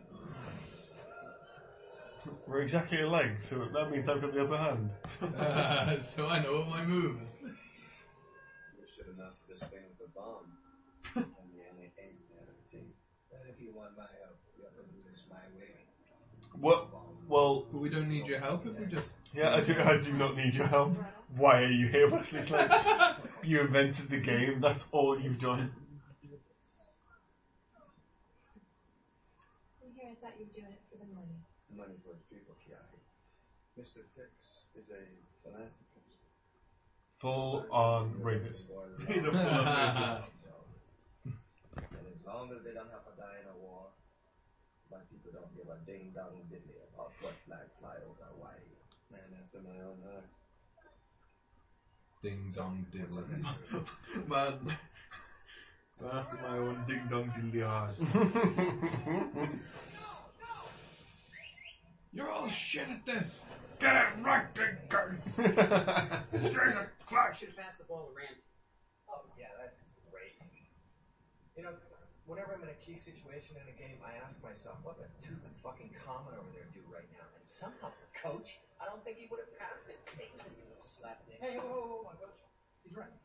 S2: We're exactly alike, so that means I've got the upper hand.
S3: Uh, so I know all my moves.
S10: You should have announced this thing with a bomb. I'm the only eight out of the team. And if you want my help, you have to do this my way.
S2: What? Well,
S3: But we don't need your help if we just.
S2: yeah, I do, I do not need your help. Why are you here, Wesley Snipes? You invented the game, that's all you've done.
S6: I'm here. I thought you were doing it for the money.
S4: money.
S12: Money for his people, Kiahi. Mr. Fix is a philanthropist.
S1: Full on Oh, um, rapist. He's a full on rapist.
S12: And as long as they don't have to die in a war, my people don't give a ding dong diddly about what flag fly over Hawaii. Man after my own heart.
S3: Ding dong diddly.
S1: Man. Man after my own ding dong dilly eyes.
S3: You're all shit at this.
S1: Get it right, big guy. Jason Clark.
S13: Should have passed the ball to Ramsey.
S5: Oh, yeah, that's great. You know, whenever I'm in a key situation in a game, I ask myself, what the stupid fucking common over there do right now? And somehow, coach, I don't think he would have passed it. Things that you would have slapped in. Hey, whoa, whoa, whoa, whoa, coach. He's right.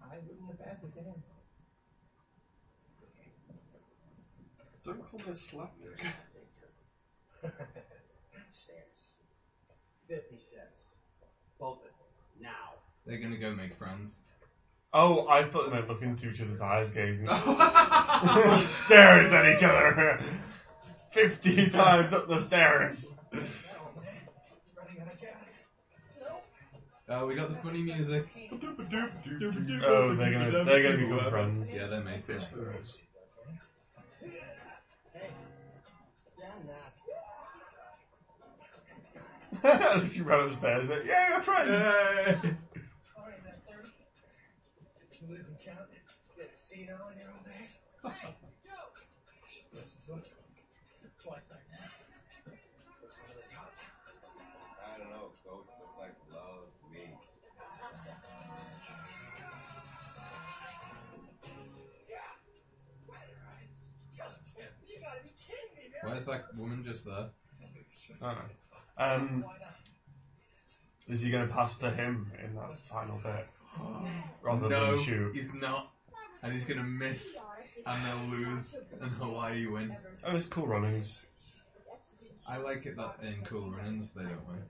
S5: I wouldn't have passed it to him.
S1: Don't call me a slap dick.
S5: Stairs. 50 cents. Both of them. Now.
S3: They're gonna go make friends.
S2: Oh, I thought they meant look into each other's eyes, gazing. Stares at each other. 50 times up the stairs.
S5: Oh, Running out of gas.
S3: Oh, we got the funny music.
S2: Oh, they're gonna they're gonna become friends.
S3: Yeah, they're mates. now.
S5: Stand that.
S2: she ran upstairs. Like, yeah, we're friends.
S5: All right, that 30. You losing count? Get senile in your old age? Should listen to it. Why start now? First one to the top.
S14: I don't know, coach. Looks like love me.
S5: Tell him, Chip. You gotta be kidding me, man.
S3: Why is that woman just there?
S2: I don't know. Um, is he going to pass to him in that final bit rather
S3: no,
S2: than shoot?
S3: he's not. And he's gonna miss, and they'll lose, and Hawaii win.
S2: Oh, it's cool runnings.
S3: I like it that in Cool Runnings they don't win.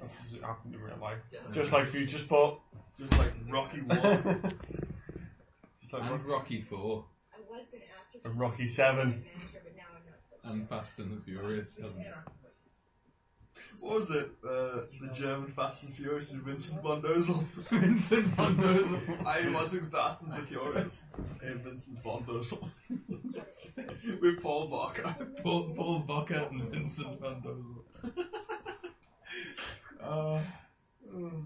S2: That's what happened in real life. Just like Future Sport.
S1: Just like Rocky One.
S2: Just like
S3: And
S2: Rocky,
S3: Rocky Four,
S4: I was gonna ask if
S2: and Rocky Seven.
S4: manager, but now I'm not so sure.
S3: and Fast and the Furious. Hasn't it?
S1: What was it? Uh, the German Fast and Furious with Vincent Van Dozel.
S3: Vincent Van Dozel.
S1: I wasn't Fast and Furious. Hey, Vincent Van Dozel. with Paul Barker.
S3: Paul, Paul Bucket and Vincent Van Dozel. Uh, mm.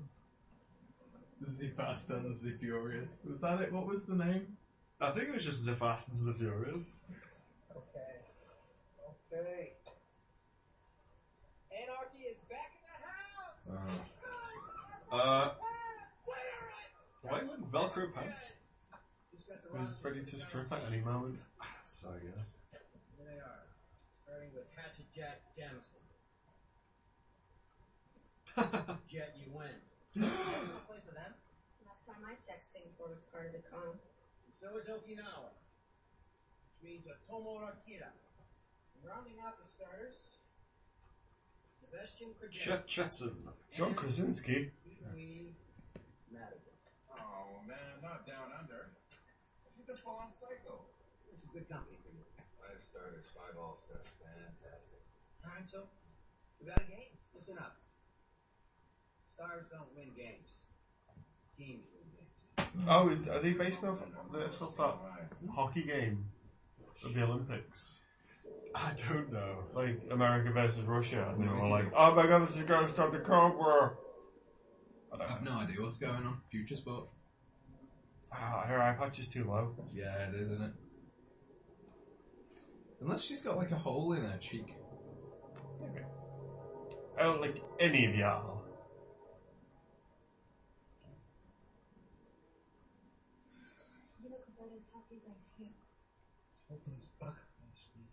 S3: the Fast and the Furious. Was that it? What was the name?
S1: I think it was just the Fast and the Furious.
S5: Okay.
S13: Okay. Anarchy is back in the house!
S3: Uh,
S1: Uh,
S13: Where are
S1: am I wearing Velcro pants?
S13: Just got the
S2: Was
S13: roster
S2: ready to
S13: figured out.
S2: strip at any moment.
S1: So yeah.
S13: Here they are. Starting with Hatchet Jack Jamison. Jet, you win. Wanna play for them?
S4: Last time I checked, Singapore was part of the con.
S13: So is Okinawa, which means Otomo Akira. And rounding out the starters, Sebastian
S1: Chet
S13: Krasinski.
S1: Chetson.
S2: John Krasinski.
S13: Lee Madigan.
S14: Oh man, not down under. She's a full on psycho.
S13: This is good company for you.
S14: Five starters, five all stars. Fantastic.
S13: All right, so we got a game. Listen up. Stars don't win games. Teams win games.
S2: Oh, is, are they based off that's off that hockey game of the Olympics?
S1: I don't know.
S2: Like America versus Russia, and they
S3: No,
S2: were
S3: it's
S2: like,
S3: not.
S2: "Oh my god, this is going to start the Cold War." I
S3: I
S2: don't know.
S3: have no idea what's going on. Future Sport.
S2: Ah, her eye patch is too low.
S3: Yeah, it is, isn't it? Unless she's got like a hole in her cheek.
S2: I don't like any of y'all.
S4: You look about as happy as I feel.
S5: Something's back last week.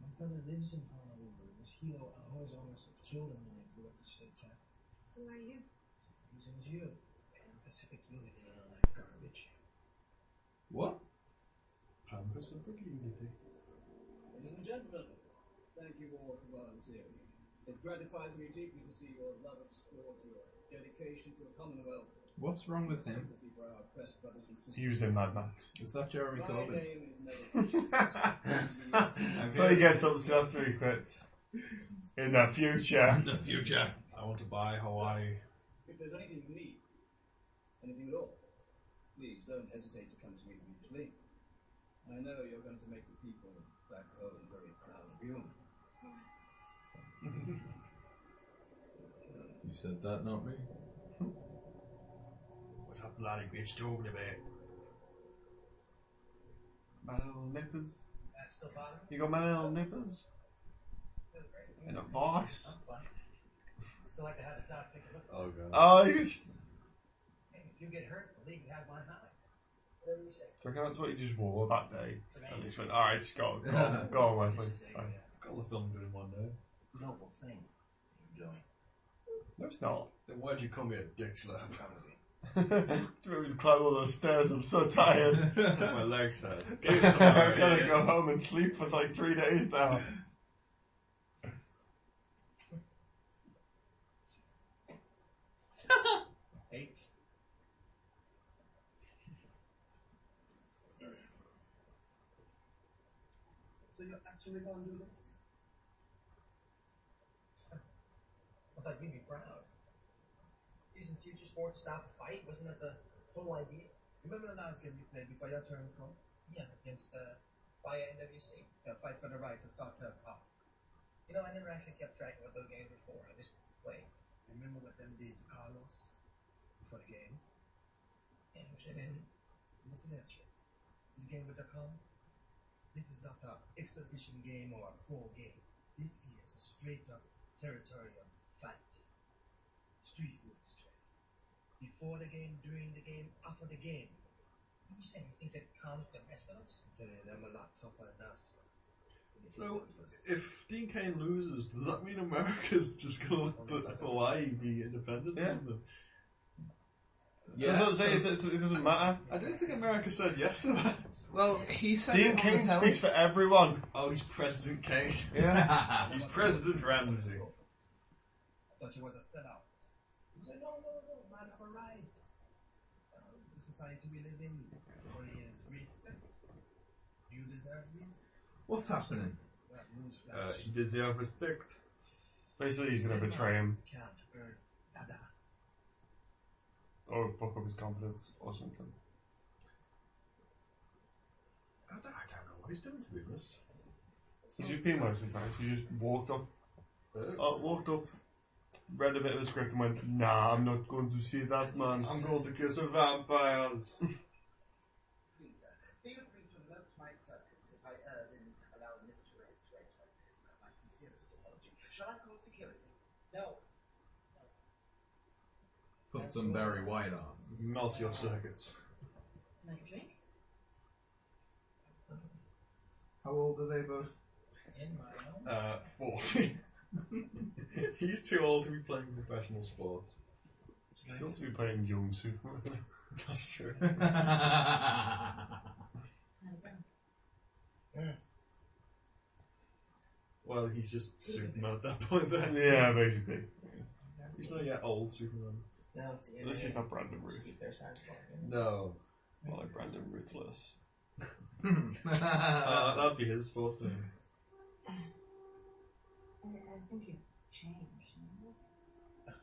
S5: My brother lives in Honolulu. It was Hilo Aho's almost of children when I grew up to state cap.
S4: So are you.
S5: He's in jail. Pan Pacific Unity and all that garbage.
S3: What?
S1: Pan Pacific Unity.
S13: Ladies and gentlemen, thank you all for volunteering. It gratifies me deeply to see your love of sport, your dedication to the Commonwealth,
S3: What's wrong with him?
S2: He was in Mad Max.
S3: Is that Jeremy
S5: My
S3: Corbyn?
S5: name is
S2: So he gets up to that three quits. In the future.
S10: In the future.
S15: I want to buy Hawaii.
S16: If there's anything you need, anything at all, please don't hesitate to come to me with your plea. I know you're going to make the people back home very proud of you.
S17: You said that, not me.
S10: What's that bloody bitch talking about?
S2: My little nippers.
S5: That's the bottom.
S2: You got my little nippers? In a vice.
S5: So like I had a doctor.
S1: Oh god.
S2: Oh, you just.
S5: Hey, if you get hurt, the league have my hide. Whatever you say.
S2: Reckon that's what he just wore that day. And he just went, alright, just go, go, on, go on, Wesley. Fine.
S1: Got the film doing one day.
S5: Noble thing you're doing.
S2: No, it's not.
S1: Then why'd you call me a dick slap?
S2: Do you remember to climb all those stairs? I'm so tired.
S1: My legs hurt.
S2: I'm gonna go home and sleep for like three days now.
S5: Hey, so you're actually going to do this? I thought you'd be proud. Isn't future sport stop a fight? Wasn't that the whole idea? Remember the last game you played before your turn, Cole? Yeah, against uh, Fire NWC. The fight for the right to Sartre Park. You know, I never actually kept track of what those games were for. I just played. Remember what them did to Carlos before the game? Yeah, I wish I didn't. Listen at you. This game with the calm. This is not a exhibition game or a pro game. This is a straight up territorial fight. Street rules training. Before the game, during the game, after the game. What are you saying? You think that calm's gonna mess with us? I'm telling you, them a lot tougher than us.
S1: So, if Dean Kane loses, does that mean America's just gonna let Hawaii be independent?
S2: Yeah.
S1: or something?
S2: That's what I'm saying. It, doesn't- it doesn't matter.
S1: I don't think America said yes to that.
S10: Well, he said
S2: Dean
S10: it on
S2: King
S10: the telly.
S2: speaks for everyone.
S1: Oh, he's President Kane.
S2: Yeah.
S1: he's President Ramsey.
S5: thought it was a sellout. He said, no, no, no, man, have a right. Uh, the society we live in only is respect. You deserve this.
S3: What's happening?
S5: Well, newsflash,
S1: Uh, he deserves respect.
S2: Basically, he's gonna betray him
S5: you can't earn dada.
S2: or fuck up his confidence or something.
S1: I don't, I don't know what he's doing, to be honest.
S2: He's just been Wesley Snipes. He just walked up,
S1: Uh,
S2: uh, walked up, read a bit of the script and went, Nah, I'm not going to see that man.
S1: I'm going to kill some vampires.
S5: Please, sir, feel free to note my circuits if I erred in allowing Miss Therese to enter. My sincerest apology. Shall I call security? No.
S17: Put some Barry White on.
S1: Melt your circuits.
S4: Like a drink?
S3: How old are they both?
S5: In my own.
S1: Uh, 40. he's too old to be playing professional sport.
S2: He seems to be playing young Superman.
S1: That's true.
S4: It's not a drink.
S1: Well, he's just Superman at that point then.
S2: yeah, basically.
S1: He's not yet old Superman.
S5: No, it's the
S2: Unless he's not Brandon Ruth.
S5: Keep their side for
S1: No.
S2: More like Brandon Ruthless.
S1: Uh, that'd be his sports name.
S4: I, I think you've changed. haven't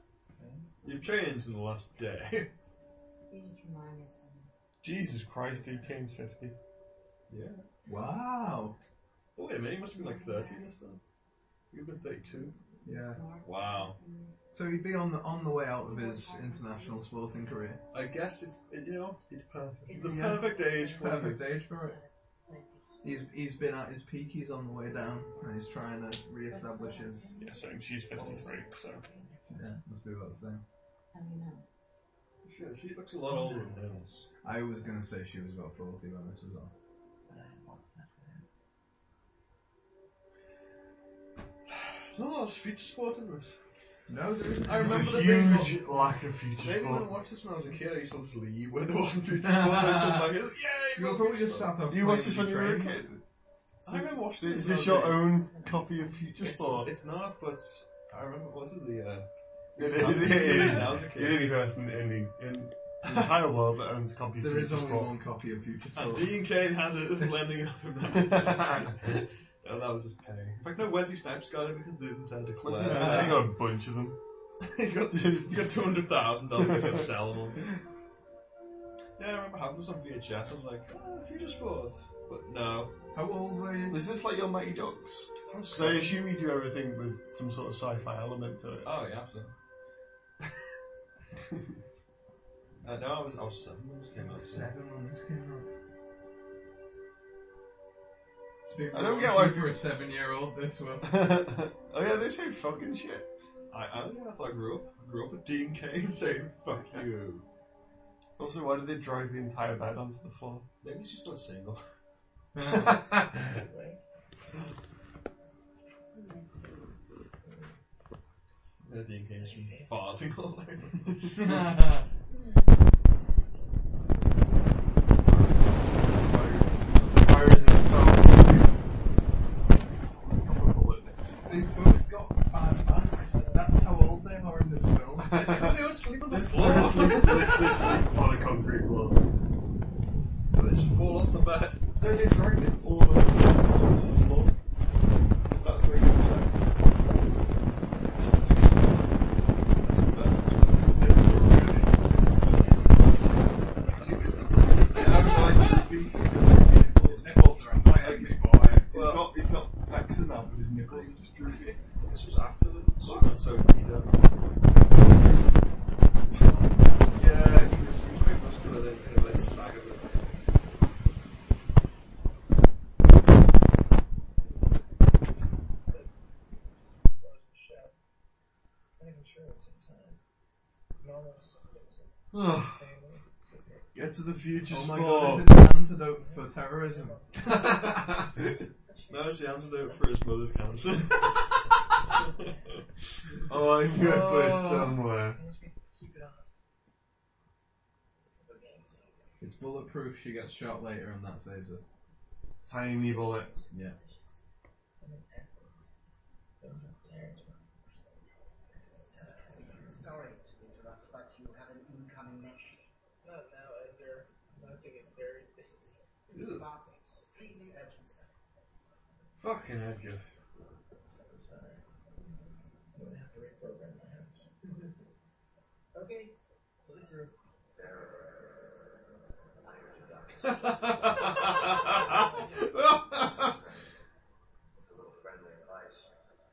S4: you?
S1: You've changed in the last day.
S4: You just remind me of someone.
S2: Jesus Christ, Dean Kane's 50.
S1: yeah.
S3: Wow.
S1: Oh, wait a minute, he must have been like 30 this time. You've been 32.
S3: Yeah.
S4: Smart
S1: Wow.
S4: person.
S3: So he'd be on the on the way out of his international sporting career.
S1: I guess it's, you know, it's perfect. It's the
S3: Yeah.
S1: perfect age for
S3: Perfect age for it.
S4: Sorry. Like, you just-
S3: He's he's been at his peak. Heis on the way down, and he's trying to re-establish his.
S2: Yeah, so she's 53, so.
S3: Yeah, must be about the same.
S4: How do you know?
S1: Shit, she looks a lot older than us.
S3: I was gonna say she was about forty when this was on.
S1: There's not a lot of future sports in this.
S3: No, there isn't.
S1: I
S2: There's
S1: remember
S2: a
S1: the thing
S2: huge lack of future
S1: Maybe when I
S2: sport.
S1: watched this when I was a kid, I used to just leave when there wasn't future sport. I'd come back and just,
S3: You were
S1: yeah,
S3: probably just sat up.
S2: You watched this
S3: playing
S2: when you were a
S3: train.
S2: kid?
S1: I haven't watched this.
S2: Is
S1: when I was
S2: this
S1: a
S2: your
S1: kid.
S2: own copy of Future
S1: It's,
S2: Sport?
S1: it's not, but I remember, was it the, uh,
S2: It
S1: is, it is.
S2: You're the only person in, in, in the entire world that owns a copy of
S3: There is
S2: Future
S3: only
S2: Sport.
S3: one copy of Future
S1: And
S3: Sport.
S1: Dean Kane has it lending it up him now. Oh, that was his pay. In fact, no, Wesley Snipes got it because they didn't tend to
S2: What's
S1: collect
S2: his
S1: it.
S2: name? He's got a bunch of them.
S1: he's got he's got two hundred thousand dollars. He's gonna sell them all. Yeah, I remember having this on VHS. I was like, ah, Future Sports, but no. Oh,
S3: How old were you?
S2: Is this like your Mighty Ducks? So I assume you do everything with some sort of sci-fi element to it.
S1: Oh yeah, absolutely. uh, no, I was I was seven when this came out.
S3: Seven when this came out. Speaking
S2: I don't
S3: of-
S2: get why-
S3: for a seven-year-old. This one.
S2: oh yeah, they say fucking shit.
S1: I, I yeah, that's how I grew up. I grew up with Dean Kane saying "fuck you."
S2: Also, why did they drive the entire bed onto the floor?
S1: Maybe he's just not single. Yeah, Dean Kane's been farting all night.
S2: Fire is
S3: They've both got bad backs. That's how old they are in this film. It's because they were sleeping on the
S2: This
S3: floor.
S2: this literally sleep on a concrete floor.
S1: they just fall off the bed.
S2: No, they dragged it all over the bed onto the floor. Because that's where you have sex.
S3: His nipples are on my
S2: Like,
S3: ugly
S2: it's-
S3: boy.
S2: It's not, it's not pecs and that, but
S1: Oh
S2: his nipples are just drooping.
S1: This was after the summer, so he uh, yeah, he was, he was pretty muscular then, kind of like sag a little bit.
S2: Get to the future
S3: Oh my god,
S2: sport.
S3: is it the antidote for terrorism?
S1: No, it's the antidote for his mother's cancer.
S2: Oh, I'm gonna put it
S3: Oh.
S2: somewhere.
S3: It's bulletproof, she gets shot later, and that saves her.
S2: Tiny bullet.
S3: Yeah.
S5: Sorry to interrupt, but you have an incoming message. Not now, Edgar. I'm getting very busy. It's about extremely urgent, sir.
S1: Fucking Edgar.
S5: I'm gonna have to reprogram my house. okay. Pull it through.
S10: Friendly advice.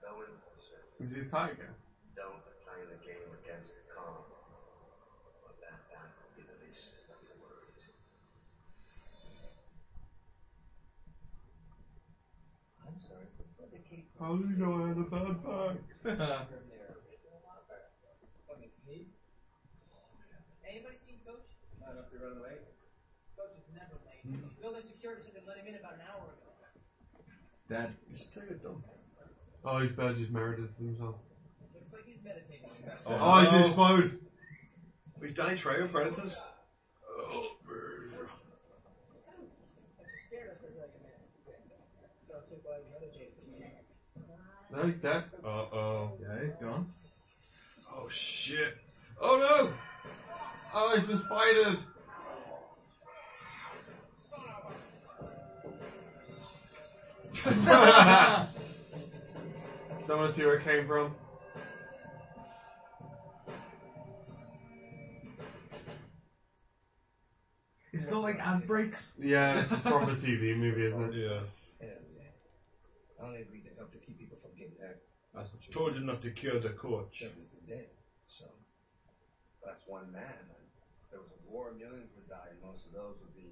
S10: No impulsive.
S2: Is he a tiger?
S10: Don't play the game against the calm. But that, that would be the least of your worries.
S5: I'm sorry. For the cake.
S2: How does he know I had a bad back?
S5: from their original offer. Fucking me. Anybody seen Coach?
S18: Might have to run late. Hmm.
S5: Coach is never late. Building security said they let him in about an hour ago.
S3: Dead.
S1: You should take a dump.
S2: Oh, his bird just Meredith himself.
S5: Looks like he's meditating.
S2: Oh, he's explode!
S1: We've Danny Trejo, Predators.
S5: I'm just scared us for a second, man. Gotta sit by and meditate.
S2: No, he's dead.
S1: Uh oh.
S3: Yeah, he's gone.
S1: Oh shit. Oh no!
S2: Oh, he's been spidered! Don't want to see where it came from.
S3: It's got like ad breaks.
S2: Yeah, it's a proper TV movie, isn't it?
S1: Yes.
S18: Hell yeah. I only agreed to help to keep people from getting hurt. That's what you
S1: Told you not to kill the coach.
S18: Douglas is dead, so that's one man. If there was a war, millions would die, and most of those would be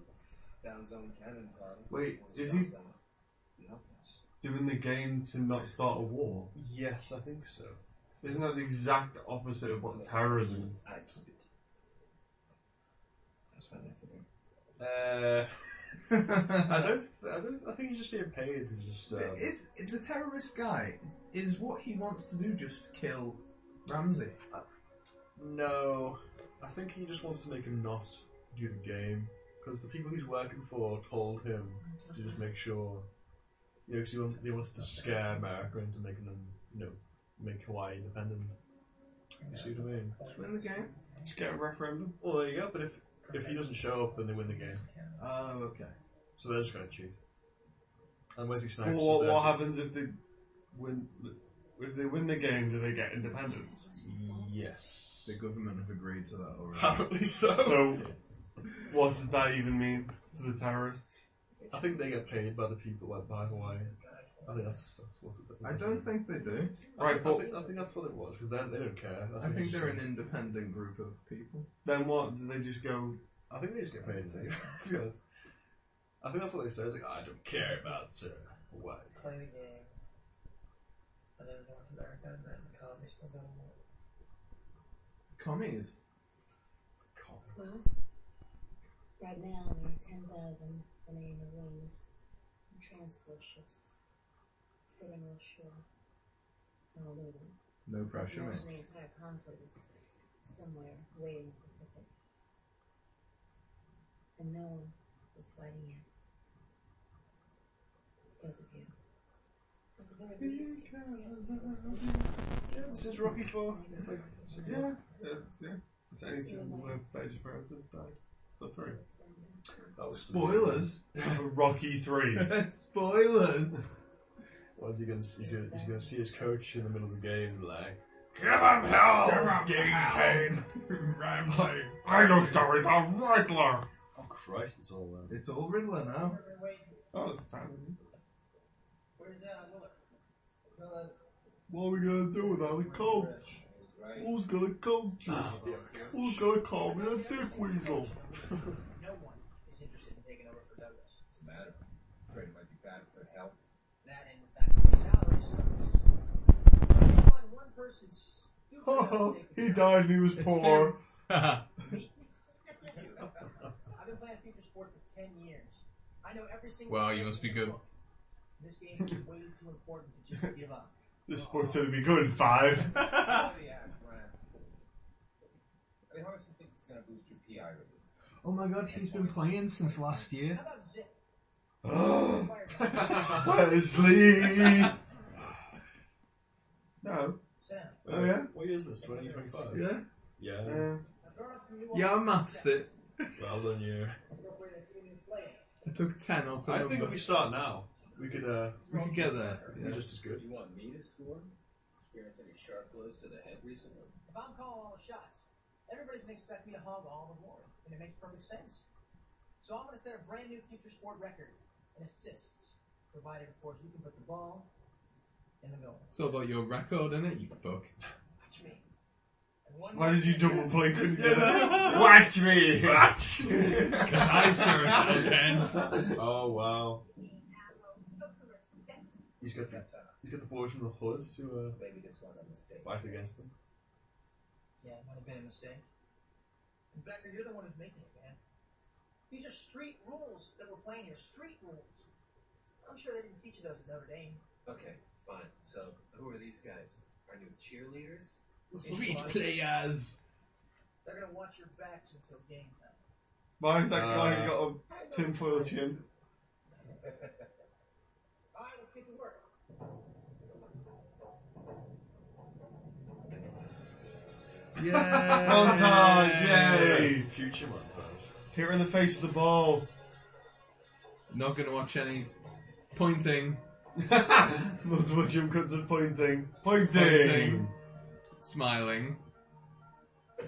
S18: down zone cannon fire.
S2: Wait,
S18: Most
S2: is
S18: down
S2: he-
S18: zone Nothings.
S2: Doing the game to not start a war.
S1: Yes, I think so.
S2: Isn't that the exact opposite of what terrorism is?
S18: I keep it. That's my method.
S1: Uh, I don't. I don't. I think he's just being paid to just. Um,
S3: Is is the terrorist guy? Is what he wants to do just kill Ramsey?
S1: no, I think he just wants to make him not do the game because the people he's working for told him to just make sure. You know, 'cause he wants, he wants to scare America into making them, you know, make Hawaii independent. You see what I mean?
S19: Just win the game.
S1: Just get a referendum. Well, there you go. But if if he doesn't show up, then they win the game.
S19: Oh, okay.
S1: So they're just gonna cheat. And Wesley Snipes.
S2: Well,
S1: is
S2: what,
S1: there
S2: what
S1: to-
S2: happens if they win? If they win the game, do they get independence?
S1: Yes.
S19: The government have agreed to that already.
S1: Apparently so.
S2: So, what does that even mean to the terrorists?
S1: I think they get paid by the people that buy Hawaii. I think that's that's what. it-
S19: I don't think they do.
S1: I,
S2: Right,
S1: think- I
S2: but
S1: think I think that's what it was because they they don't care. That's
S19: I
S1: what
S19: think
S1: it's
S19: they're an
S1: just-
S19: independent group of people.
S2: then what? Do they just go?
S1: I think they just get paid. I think. to be honest. I think that's what they say. It's like I don't care about uh, Hawaii.
S5: Play the game. And then North America and then the commies still go more.
S19: Commies.
S4: Right now, there are 10,000 banana rooms and transport ships sitting offshore. Honolulu.
S19: No pressure, mate.
S4: Imagine the entire conflict is somewhere way in the Pacific. And no one is fighting it. Because of you. At the very least, you have some sort of-
S2: Yeah, this is Rocky Four. It's like, it's like yeah,
S4: Yeah.
S2: yeah, yeah. It's anything where Page Brothers died. So three.
S1: That was
S19: Spoilers.
S2: Rocky three.
S19: Spoilers.
S1: What is he gonna? He's gonna, he's gonna see his coach in the middle of the game and like.
S2: Give him hell, Dean Kane. Ramsey. I don't know it's a rattler.
S1: Oh Christ! It's all there.
S19: It's all Riddler
S2: Oh.
S19: now.
S5: Where are we waiting?
S2: That was the time.
S5: Where's uh, Willard? Willard.
S2: What are we gonna do without a coach? Who's gonna coach
S1: Ah,
S2: us? Who's gonna call me a dick weasel?
S5: No one is interested in taking over for Douglas.
S10: It's a matter. I'm afraid it might be bad for their health.
S5: That and the fact that his salary sucks. But if you find one person stupid enough to
S2: Oh,
S5: take the
S2: he
S5: job,
S2: died and he was poor.
S5: me. I've been playing future sport for ten years. I know every single.
S3: Wow, you
S5: thing
S3: must be
S5: in the
S3: good.
S5: book. This game is way too important to just give up.
S2: This sport's gonna be good in five.
S3: Ah.
S10: Oh, yeah, right. I mean, how much do you think this is going to boost your PI rating?
S3: Oh my god, he's been playing since last year.
S5: How about Zip?
S2: Wesley. No.
S5: Sam.
S2: Oh yeah.
S1: What year is this? 2025?
S3: Yeah?
S1: Yeah.
S2: Uh,
S5: Now, there are some new
S3: Yeah, I
S5: options.
S3: maths it.
S1: Well done, you.
S5: Real quick, a few new players.
S3: I took 10 off a
S1: I
S3: number.
S1: think if we start now, we could uh,
S3: we could get there.
S1: be
S3: Yeah.
S1: just as
S10: Do
S1: good.
S10: you want me to score? Experience any sharp blows to the head recently?
S5: If I'm calling all the shots, everybody's going to expect me to hog all the more, and it makes perfect sense. So I'm going to set a brand new future sport record in assists, provided, of course, you can put the ball in the middle.
S3: It's all about your record, innit, you fuck?
S5: Watch me. And one
S2: why did you
S5: do
S2: double play? Couldn't get
S1: Yeah.
S2: it. Watch me.
S1: Watch
S2: Because
S3: I sure as hell
S1: Oh wow. He's got the
S5: uh,
S1: he's got the boys from the hood to
S10: Maybe this was a mistake.
S1: uh, fight against them.
S5: Yeah, it might have been a mistake. And Becker, you're the one who's making it, man. These are street rules that we're playing here. Street rules. I'm sure they didn't teach you those at Notre Dame.
S10: Okay, fine. So, who are these guys? Our new cheerleaders?
S3: Sweet players!
S5: They're going to watch your backs until game time.
S2: Why has that guy
S1: Uh,
S2: got a tinfoil chin?
S5: All right, let's get to work.
S2: Montage, yay!
S1: Hey, future montage.
S2: Hit her in the face of the ball.
S3: Not gonna watch any pointing,
S2: Multiple jump cuts of pointing. Pointing!
S3: Pointing. smiling.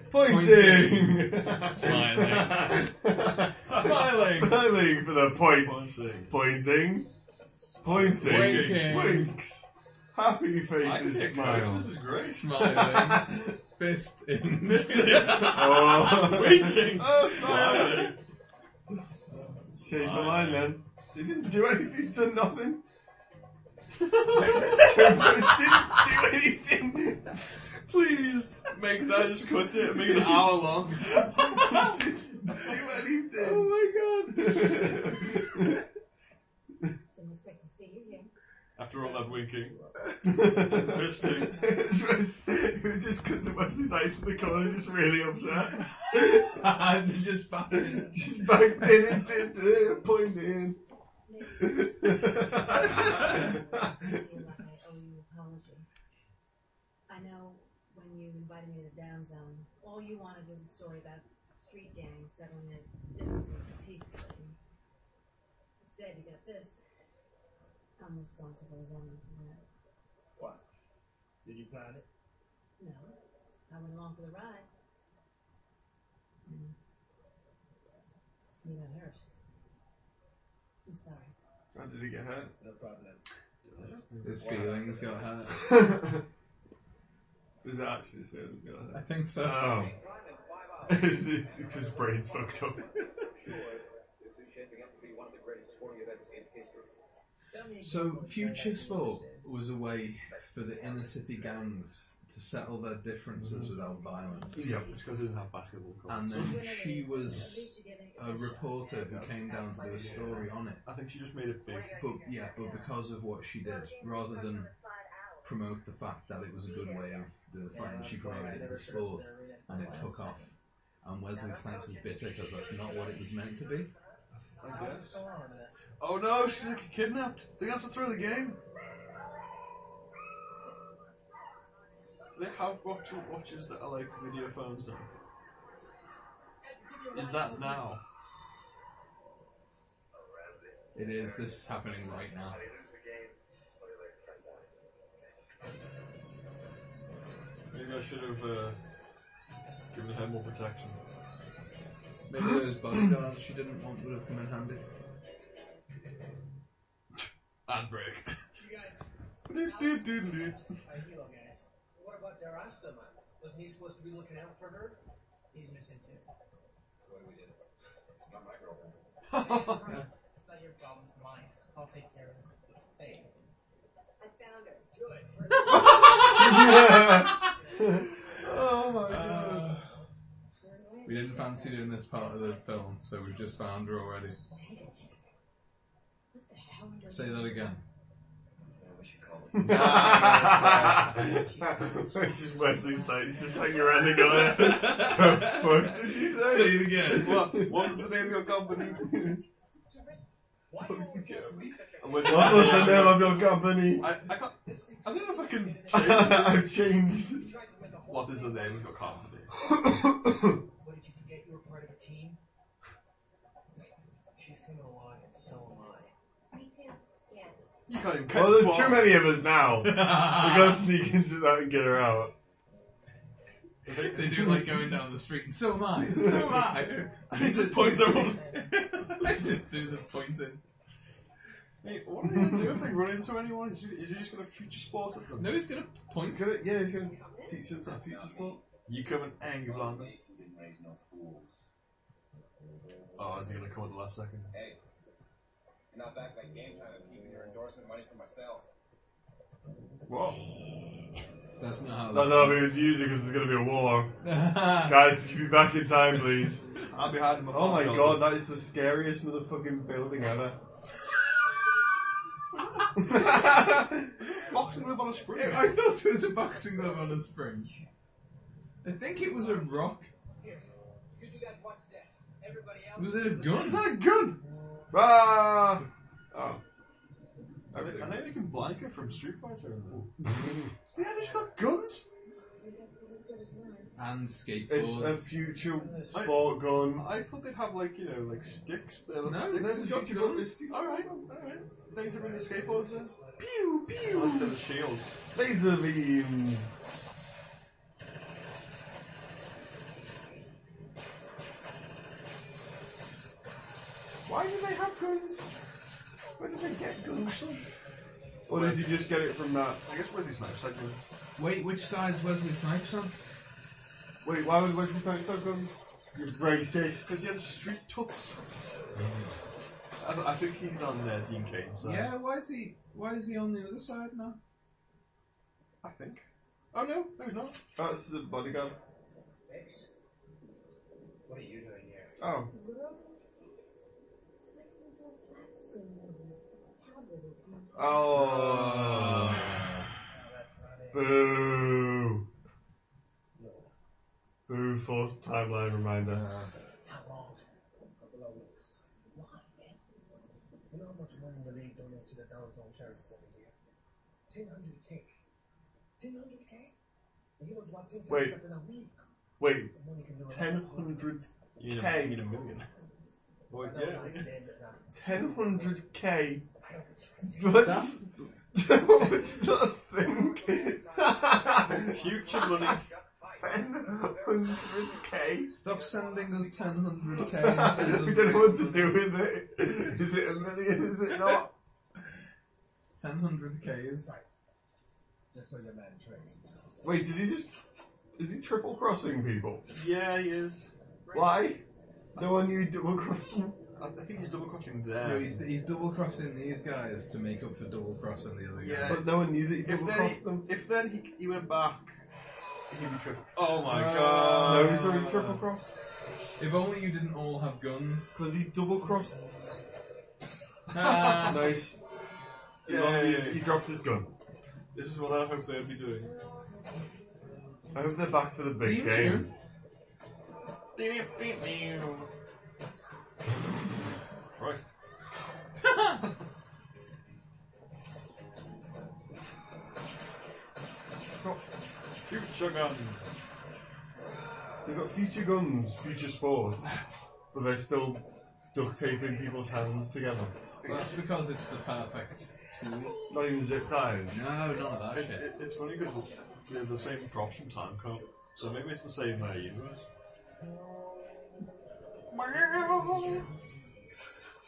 S2: Pointing!
S3: Smiling.
S2: Smiling! Smiling for the points. Pointing. Pointing.
S3: Winking.
S2: Winks. Happy
S1: I can be a
S2: faces
S1: coach, This
S2: smile.
S1: is great.
S3: Smiling. Fist in.
S2: Oh.
S1: Winking.
S2: Oh,
S1: Smiling.
S2: smiling. Change my mind then. They didn't do anything, he's done nothing. They didn't do anything. Please.
S1: Make that just cut it. Make it an hour long.
S2: Oh my
S4: Didn't expect to see you here.
S1: After all that winking.
S2: Fisting. just, it just cut to Wesley's eyes in the corner, just really upset.
S3: and just fucking.
S2: just back then, it's in uh, there, pointing.
S4: feel like I owe you an apology. I know when you invited me to the down zone, all you wanted was a story about street gangs settling their differences peacefully. Instead, you got this. I'm responsible as anyone for that.
S20: What? Did you plan it?
S4: No, I went along for the ride. And you got hurt. I'm sorry.
S2: How did he get hurt?
S20: No problem.
S3: His
S2: What
S3: feelings got
S2: happened?
S3: hurt.
S2: Was it actually his feelings got hurt?
S3: I think so.
S2: Oh. It's just- Oh. it's his brain's fucked up.
S21: This is shaping up to be one of the greatest sporting events in history.
S3: So, future sport was a way for the inner city gangs to settle their differences without violence.
S2: Yeah, it's because they didn't have basketball
S3: And
S2: courts.
S3: then she was a reporter who came down to do a story on it.
S2: I think she just made it big.
S3: But yeah, but because of what she did, rather than promote the fact that it was a good way of doing the fighting, she promoted it as a sport, and it took off. And Wesley Snipes is bitter because that's not what it was meant to be.
S5: I was just going on with that.
S2: Oh no, she's gonna get kidnapped. They're gonna have to throw the game.
S1: They have watch- watches that are like video phones now. Is that now?
S3: It is. This is happening right now.
S1: Maybe I should have uh, given her more protection.
S3: Maybe those bodyguards she didn't want would have come in handy.
S1: And break.
S5: You guys,
S2: Doop-doop-doop-doop.
S5: I heal, guys. What about Darasta, man? Wasn't he supposed to be looking out for her? He's missing too.
S10: So what do we do? It's not my girlfriend.
S3: Oh
S5: Right. It's not your problem, it's mine. I'll take care of it. Hey.
S22: I found her.
S5: Good.
S3: oh my god. We didn't fancy doing this part of the film, so we've just found her already. Say that again.
S2: just Wesley Snipes just like you're ending on it. The fuck did you say?
S3: Say it again.
S1: What, what was the name of your company?
S5: Why
S2: What
S5: do
S2: was the
S5: you
S2: joke?
S5: always have to be such a-
S2: What was the name of your company?
S1: I, I got. I don't know if I can.
S2: I've changed.
S5: You tried to make a whole
S1: What is the
S5: thing.
S1: name of your company?
S5: What did you forget you were part of a team? She's coming along and so am I.
S4: Me too. Yeah.
S1: You can't even catch
S2: Well, there's
S1: a ball.
S2: too many of us now. we gotta sneak into that and get her out.
S3: They do like going down the street, and so am I, and so am I.
S1: And he just points at one.
S3: I just do the pointing.
S1: Mate, what are they gonna do if they run into anyone? Is he, is he just gonna future sport at them?
S3: No, he's gonna point.
S2: Gonna, yeah, you can teach them to future sport.
S1: You come and hang you blind.
S10: We've been raised no fools.
S1: Oh, is he gonna come at the last second?
S10: Hey, you're not back like game time. I'm keeping your endorsement money for myself.
S2: What?
S3: That's not how.
S2: No, no, but it was usually because there's gonna be a war.
S3: that-
S2: Guys, can you be back in time, please?
S1: I'll be hiding my
S2: Oh
S1: bomb
S2: my
S1: shelter.
S2: god, that is the scariest motherfucking building ever.
S1: Boxing live on a spring.
S3: I thought it was a boxing glove on a spring. I think it was a rock.
S5: Here. You two guys watch the deck. Everybody else.
S3: Was it a gun?
S1: Is that a gun? Ah! Oh. Are they, are they making blanket from Street Fighter? Yeah, they just got guns?
S3: And
S2: It's a
S3: skateboards.
S2: future sport gun.
S1: I thought they'd have, like, you know, like sticks. They're like
S3: No,
S1: sticks
S3: there's
S1: and
S3: got
S1: future
S3: guns.
S1: guns. Alright, alright. Things are really skateboards then? Pew, pew! Unless they're the shields.
S2: Laser beams.
S1: Why do they have guns? Where did they get guns from?
S2: Or did you just get it from uh, that?
S1: I guess Wesley Snipes had guns.
S3: Wait, which side's Wesley Snipes on?
S2: Wait, why would Wesley Snipes have guns? You're racist.
S1: Because he had street toughs. I, I think he's on uh, Dean Cain's side.
S3: Yeah, why is he? Why is he on the other side now?
S1: I think. Oh no, no he's not.
S2: That's Oh, the bodyguard.
S10: Thanks. What are you doing here?
S2: Oh.
S4: Uh.
S2: Oh.
S5: That's not it.
S2: Boo. Boo, false timeline reminder.
S10: Uh.
S5: How long? A couple of weeks. Why, man? You know how much money the league donates to the Down Zone charities every year? 1000K. 1000K?
S10: Wait. Wait.
S2: Ten hundred
S10: You
S2: K.
S10: need a million.
S2: Boy, yeah. Ten hundred K. What's that thing?
S1: Future money.
S2: Ten hundred K.
S3: Stop sending us 1000
S2: we don't know what to do with it. Is it a million? Is it not?
S3: 1000 Ks.
S23: Just so your man trains.
S2: Wait, did he just? Is he triple crossing people?
S1: Yeah, he is.
S2: Why? No one knew double crossing.
S1: I I think he's double crossing there.
S3: No, he's, he's double crossing these guys to make up for double crossing the other
S1: Yeah.
S3: guys.
S2: But no one knew that he
S1: if
S2: double
S1: then,
S2: crossed
S1: he,
S2: them.
S1: if then he, he went back, he'd be triple. Oh my
S3: Uh,
S1: god.
S2: No, he's already
S1: Uh,
S2: triple crossed.
S3: If only you didn't all have guns.
S2: Because he double crossed.
S3: Ah,
S2: Nice. He
S1: Yeah,
S2: long- He dropped his gun.
S1: This is what I hope they'll be doing.
S2: I hope they're back for the big
S3: Theme
S2: game.
S3: tune.
S1: Christ. Future gun.
S2: They've got future guns, future sports, but they're still duct taping people's hands together.
S3: That's because it's the perfect tool.
S2: Not even zip ties.
S3: No, none of that
S1: It's,
S3: shit.
S1: it, it's funny because they're the same props from Time Cop, so maybe it's the same uh, universe.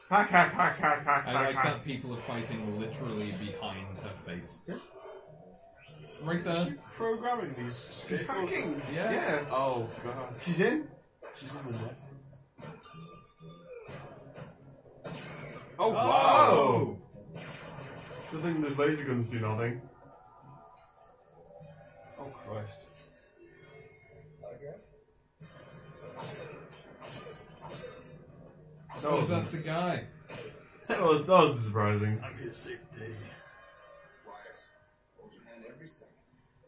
S2: Hack, hack, hack, hack, hack,
S3: I
S2: hack,
S3: like
S2: hack.
S3: that people are fighting literally behind her face. Right
S1: Is
S3: there.
S1: she programming these
S2: She's
S1: skateboards?
S2: hacking.
S3: Yeah.
S2: yeah.
S1: Oh god.
S2: She's in.
S1: She's in the net. Oh, wow!
S3: Oh!
S2: The thing those laser guns do nothing.
S1: Oh Christ.
S2: That
S1: Oh.
S3: Was
S2: was,
S3: that the guy?
S2: that was, that was surprising.
S1: I'm here sick day.
S5: Quiet. Hold your hand every second.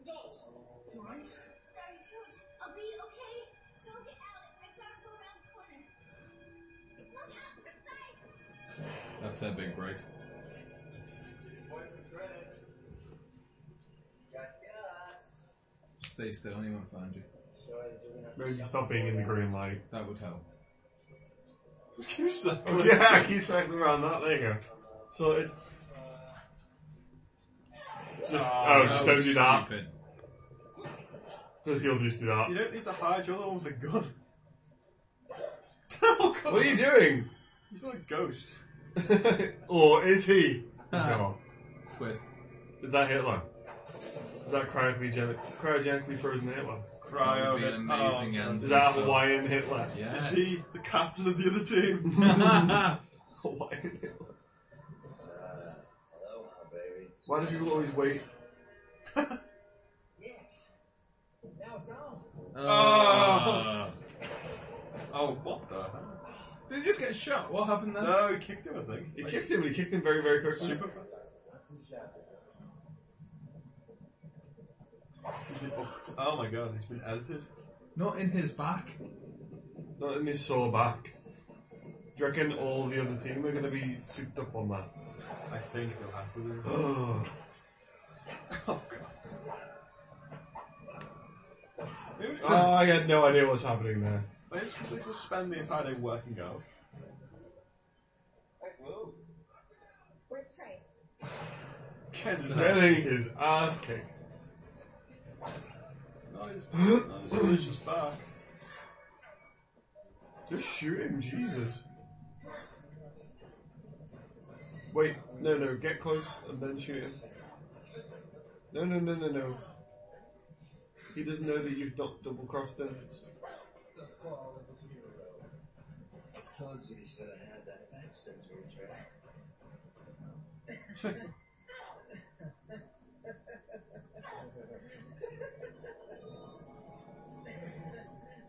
S24: Sorry, Coach. I'll be okay. Go get Alex. I saw her go around the corner. Look out for sight.
S3: That's her big break.
S5: Boy, regret it. Got guts.
S3: Stay still, he won't find you.
S5: Sorry, you didn't have to
S2: Maybe
S5: suffer
S2: stop being in the
S5: for
S2: green
S5: us.
S2: light.
S3: That would help.
S1: You suck.
S2: Oh, yeah, keep cycling around that. There you go. Sorted. Just, oh,
S3: That
S2: just
S3: was
S2: don't do that.
S3: stupid.
S2: Because you'll just do that.
S1: You don't need to hide, you're the one with the gun. oh god!
S2: What are you doing?
S1: He's not a ghost.
S2: or is he? He's
S3: Ah.
S2: not.
S3: Twist.
S2: Is that Hitler? Is that cryogenically, cryogenically frozen Hitler?
S1: Cryo.
S3: That would be an amazing
S1: oh,
S3: end.
S2: Is that Hawaiian Hitler?
S1: Is
S3: Yes.
S1: he the captain of the other team?
S2: Hawaiian Hitler.
S5: Uh, aloha, baby.
S2: Why do people always wait?
S25: Yeah. Now it's on.
S3: Uh,
S1: Oh. oh, what the hell?
S3: Did he just get shot? What happened there?
S1: No, he kicked him, I think.
S2: He kicked him, he kicked him very, very quickly.
S1: Super fast.
S5: Not too shabby.
S1: He's been up- Oh my god, he's been edited.
S3: Not in his back.
S2: Not in his sore back. Do you reckon all the other team are going to be souped up on that?
S1: I think he'll have to do. Oh god. Maybe we should,
S2: oh, I had no idea what's happening there.
S1: maybe we should just spend the entire day working out.
S5: Nice move.
S24: Where's Trey?
S1: Ken is
S2: Getting his ass kicked.
S1: Nice. Nice. Delicious back.
S2: Just shoot him, Jesus. Wait, no, no, get close and then shoot him. No, no, no, no, no. He doesn't know that you've not double crossed him.
S5: The fall of the hero. I told you you should have had that back surgery, Trey.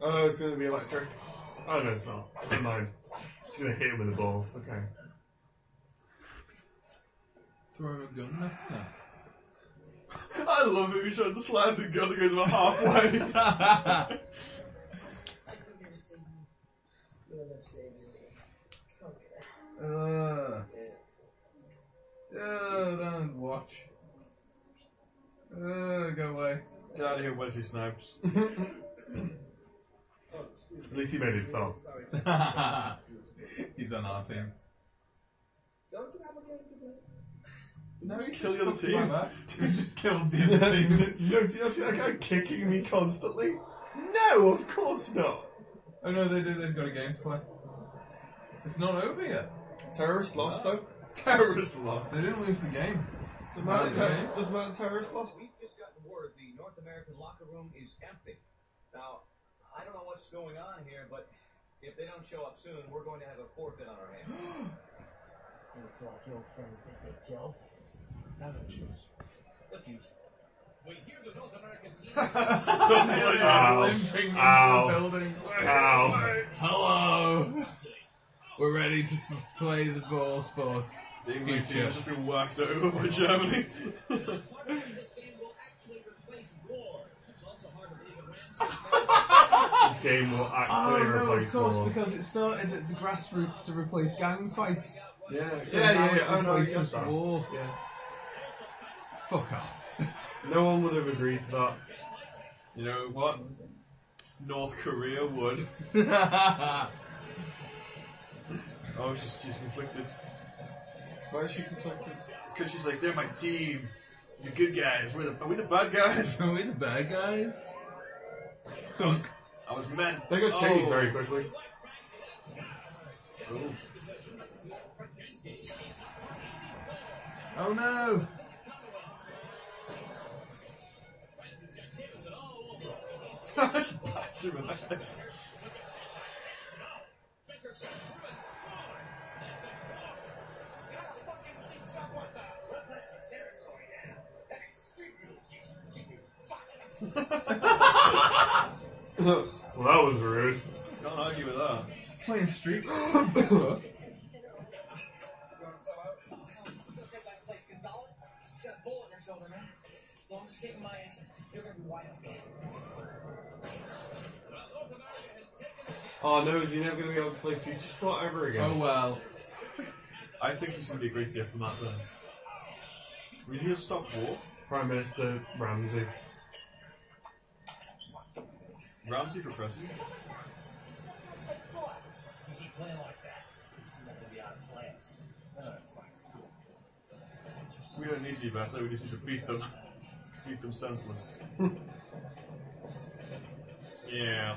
S2: Oh, it's gonna be electric. Oh no, it's not. Never mind. It's gonna hit him with a ball. Okay.
S3: Throw him a gun next time.
S1: I love it. He tried to slide the gun and goes about halfway.
S25: I couldn't have saved you.
S5: You end up saving me. Come here.
S3: Uh,
S5: Yes.
S3: uh, don't watch. Uh, go away.
S1: Get out of here, Wesley Snipes.
S2: At least he made it stop.
S3: He's on our team.
S10: Don't you have a game to play?
S1: No,
S26: you
S1: kill
S26: just
S1: your
S26: got
S1: team.
S26: the back.
S1: Dude, just killed the
S2: you
S1: other team.
S2: know, do you see that guy kicking me constantly? No, of course not.
S3: Oh no, they do. They've got a game to play. It's not over yet.
S2: Terrorist lost though.
S1: Terrorist lost.
S3: They didn't lose the game.
S1: Does
S3: matter
S1: matter,
S3: ter-
S1: does matter terrorist lost?
S10: We've just gotten word the North American locker room is empty. Now, I don't know what's going on here, but if they don't show up soon, we're going to have a forfeit on our hands.
S27: Looks like your friends did their job.
S10: Now the Jews. The Jews.
S5: We hear the North American team.
S1: Stumbling
S2: Ow.
S3: Limping into
S2: Ow.
S3: the building.
S2: Ow.
S3: Hello. We're ready to f- play the ball sports.
S1: The England
S3: Future.
S1: team has just been whacked over by Germany.
S5: It looks like this game will actually replace war. It's also hard to believe that Rams.
S2: This game will actually
S3: Oh no, of
S2: replace
S3: course,
S2: war.
S3: because it started at the grassroots to replace gang fights.
S1: Yeah,
S3: So
S1: yeah,
S3: now
S1: yeah,
S3: it
S1: yeah. Oh, no,
S3: replaces
S1: yes, that.
S3: war.
S1: Yeah.
S3: Fuck off.
S2: No one would have agreed to that.
S1: You know what? North Korea would. Oh, she's, she's conflicted.
S2: Why is she conflicted?
S1: Because she's like, they're my team. The good guys. We're the, are we the bad guys?
S3: Are we the bad guys?
S1: I was meant. Oh.
S2: They got changed very quickly.
S1: Ooh.
S3: Oh no!
S1: she packed him in there.
S5: Gotta fucking shoot someone. Let that territory now. That is street rules, you stupid fuck.
S2: well, that was rude.
S1: Can't argue with that.
S3: Playing street. Fuck.
S27: You want to sell out?
S5: Go take my place, Gonzalez. She's got a bullet in her shoulder, man. As long as you take my ass, you're gonna be wide open. Well, North America has taken the game.
S2: Oh no, is he never going to be able to play Future Sport ever again?
S3: Oh well.
S1: I think he's going to be a great diplomat then. We need to stop war.
S2: Oh. Prime Minister Ramsey.
S1: Ramsey for president.
S5: You keep playing like that, you seem like to be out of class. No, it's like school.
S1: We don't need to be better, we just need to beat them. Beat them senseless. yeah.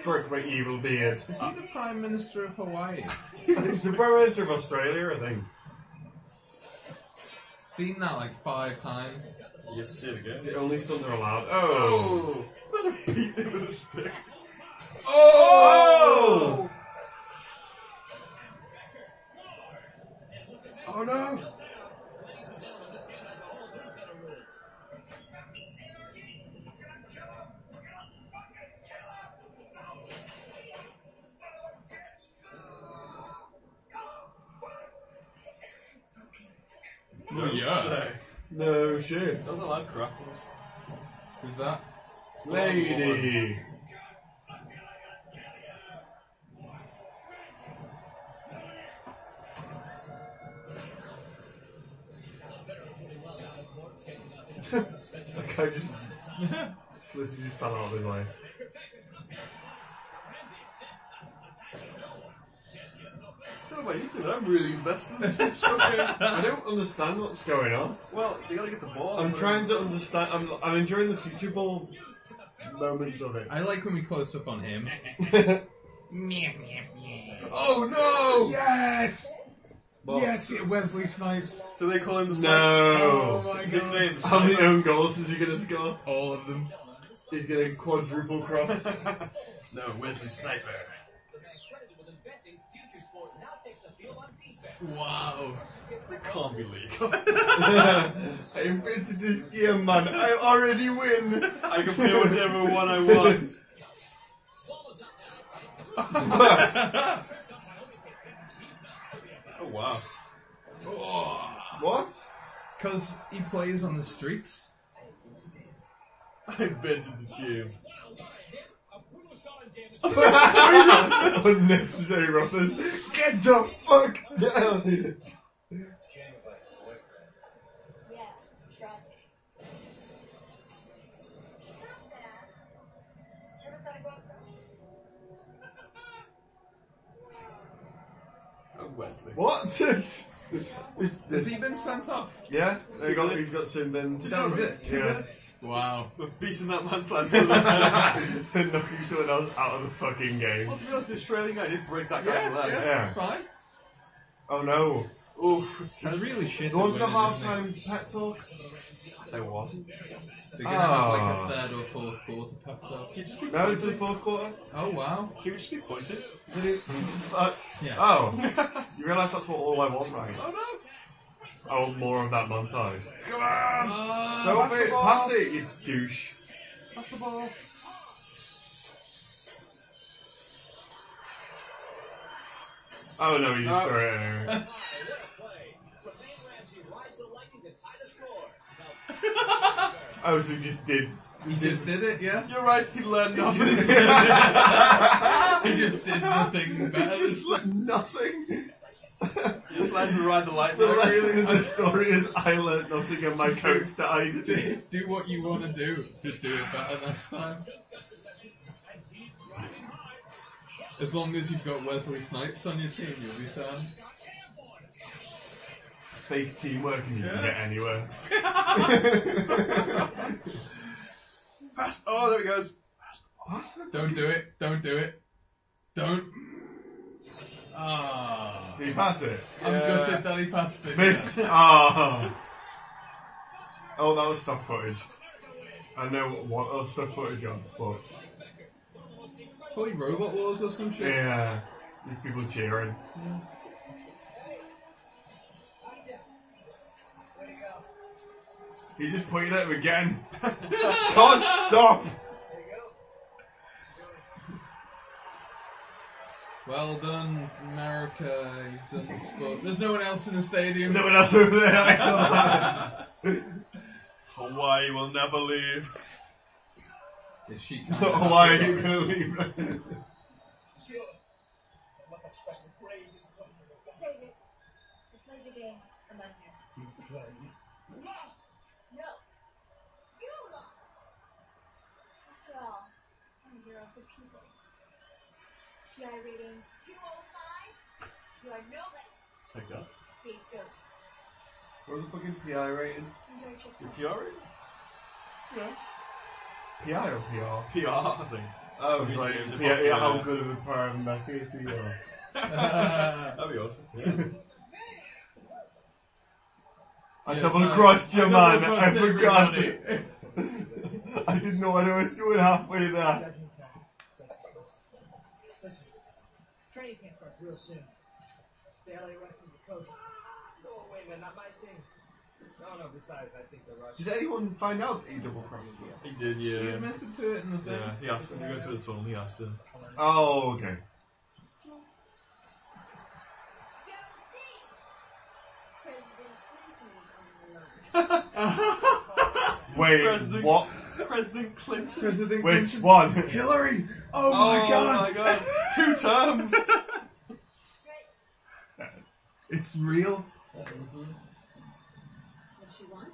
S2: Stroke my evil beard.
S3: Is he the Prime Minister of Hawaii?
S2: He's the Prime Minister of Australia, I think.
S3: Seen that like five times.
S1: Yes, see it
S2: It's
S1: again.
S2: the only stunt they're allowed. Oh!
S1: Doesn't beat them with a stick.
S2: Oh!
S1: Oh no!
S5: Ladies and gentlemen, this game has a whole new set of rules.
S1: Don't
S3: yeah.
S1: say.
S2: No shit.
S1: Is that the loud crackles?
S3: Who's that?
S2: Oh. Lady! that guy just, just literally just fell out of his way.
S1: don't know about you two, but I'm really invested in this fucking-
S2: I don't understand what's going on.
S1: Well, you gotta get the ball.
S2: I'm trying to understand. I'm, I'm enjoying the future ball moment of it.
S3: I like when we close up on him.
S1: Oh no!
S3: Yes!
S2: Well,
S3: Yes, Wesley Snipes.
S1: Do they call him the
S2: No.
S3: Oh my
S1: Snake?
S3: god.
S1: Nickname,
S2: How many
S1: Sniper.
S2: own goals is he gonna score?
S3: All of them.
S2: He's gonna quadruple cross.
S1: no, Wesley Sniper.
S5: The man credited with inventing future sport now takes the field on defense.
S3: Wow.
S1: Can't be legal.
S2: I invented this game, man. I already win.
S1: I can play whatever one I want.
S5: Ball is up now. Ted
S2: want.
S5: Cruz tripped up Wyoming defense. He's not happy
S1: Oh
S5: about
S1: wow.
S2: what?
S3: Because he plays on the streets.
S1: I invented this game.
S5: it. Wow, what a hit. A brutal shot and damage.
S2: Unnecessary roughness. Get the fuck
S10: Shame
S2: down.
S10: about your boyfriend.
S28: Yeah, tragic.
S29: Wesley.
S1: What? Has he been sent off?
S29: Yeah,
S1: Two
S29: he got,
S1: minutes.
S29: he's got sin bin.
S1: That was it, two
S29: yeah.
S1: minutes?
S29: Wow.
S1: We're beating that man's land.
S2: Knocking someone else out of the fucking game.
S1: well, to be honest, the Australian guy did break that guy's
S29: Yeah,
S1: leg.
S29: yeah,
S2: Yeah.
S1: Fine.
S29: Oh no.
S1: Oof, it's
S3: That's really shit.
S29: There wasn't a
S3: at winning,
S29: half
S3: isn't
S29: time pep talk. There wasn't.
S3: it? They're gonna have
S29: Ah.
S3: like a third or fourth quarter pep talk.
S1: He'd just be
S29: No, it's
S1: pointed.
S29: the fourth quarter.
S3: Oh wow.
S1: He would just be pointed.
S29: Did it? Uh,
S3: Yeah.
S29: Oh, you realise that's what all I want, right?
S1: Oh
S2: I want more of that montage.
S1: no! Come on!
S29: So
S1: pass
S29: pass
S1: the
S29: it,
S1: ball.
S29: pass it, you douche.
S1: Pass the ball.
S2: Oh no, you just
S1: Oh.
S2: throw it anyway.
S5: Ah,
S2: Oh, so he just did.
S3: He just did it, yeah.
S1: You're right, he learned nothing.
S3: He just did the thing better.
S29: Just like nothing.
S1: just learned to ride the light
S29: The
S1: bulb,
S29: lesson
S1: really.
S29: in the story is I learnt nothing and my coach died.
S3: Do, do what you want to do, but do it better next time. As long as you've got Wesley Snipes on your team, you'll be sound.
S2: Fake teamwork and you can get anywhere.
S1: Pass. Oh, there he goes.
S3: Don't do it. Don't do it. Don't. Ah.
S2: Did he pass it?
S3: I'm
S1: Yeah.
S3: gutted that he passed it.
S2: Miss. Oh. Oh, that was stock footage. I know what oh, stock footage on, but
S3: Probably Robot Wars or some shit.
S2: yeah, these people cheering. He just pointed at him again. Can't stop.
S3: Well done, America. You've done the sport. There's no one else in the stadium.
S2: No one else over there. I saw that.
S1: Hawaii will never leave.
S3: Is she kind of
S2: Why are
S3: happy
S2: you
S3: about it?
S2: gonna leave?
S9: must express the grave disappointment.
S4: David, I played your game. I'm out here. No. You lost. After all, I'm a hero of the people. GI rating 205. You are no less
S29: Take that.
S4: than a scapegoat.
S29: What was the fucking PI rating?
S4: Enjoy your
S1: You
S4: play.
S1: PR it?
S2: PI or PR?
S1: PR, I think.
S2: Oh,
S1: it's like-
S2: yeah,
S1: yeah,
S2: yeah,
S1: how
S2: how good of a private investigator you are.
S3: Oh,
S1: That'd be awesome.
S2: I
S3: Yeah,
S2: double
S3: sorry.
S2: crossed
S3: I
S2: you, man. I
S3: double-crossed
S2: forgot.
S3: everybody.
S2: I didn't know what I was doing halfway there.
S5: Listen, training camp starts real soon. The LA Rifles are coaching.
S10: No way, man, not my thing. No, no, besides, I think the Russians.
S29: Did anyone find out that he double crossed?
S1: He did,
S3: She
S1: yeah.
S3: admitted to it in the thing.
S1: Yeah, he asked him to go through the tunnel, he asked him.
S2: Oh, okay.
S4: President Clinton's on the line.
S2: Wait,
S1: President-
S2: what?
S1: President Clinton?
S3: President
S2: Which
S3: Clinton-
S2: one?
S3: Hillary!
S1: Oh, my god! Two terms!
S4: Right.
S3: It's real.
S4: What you want?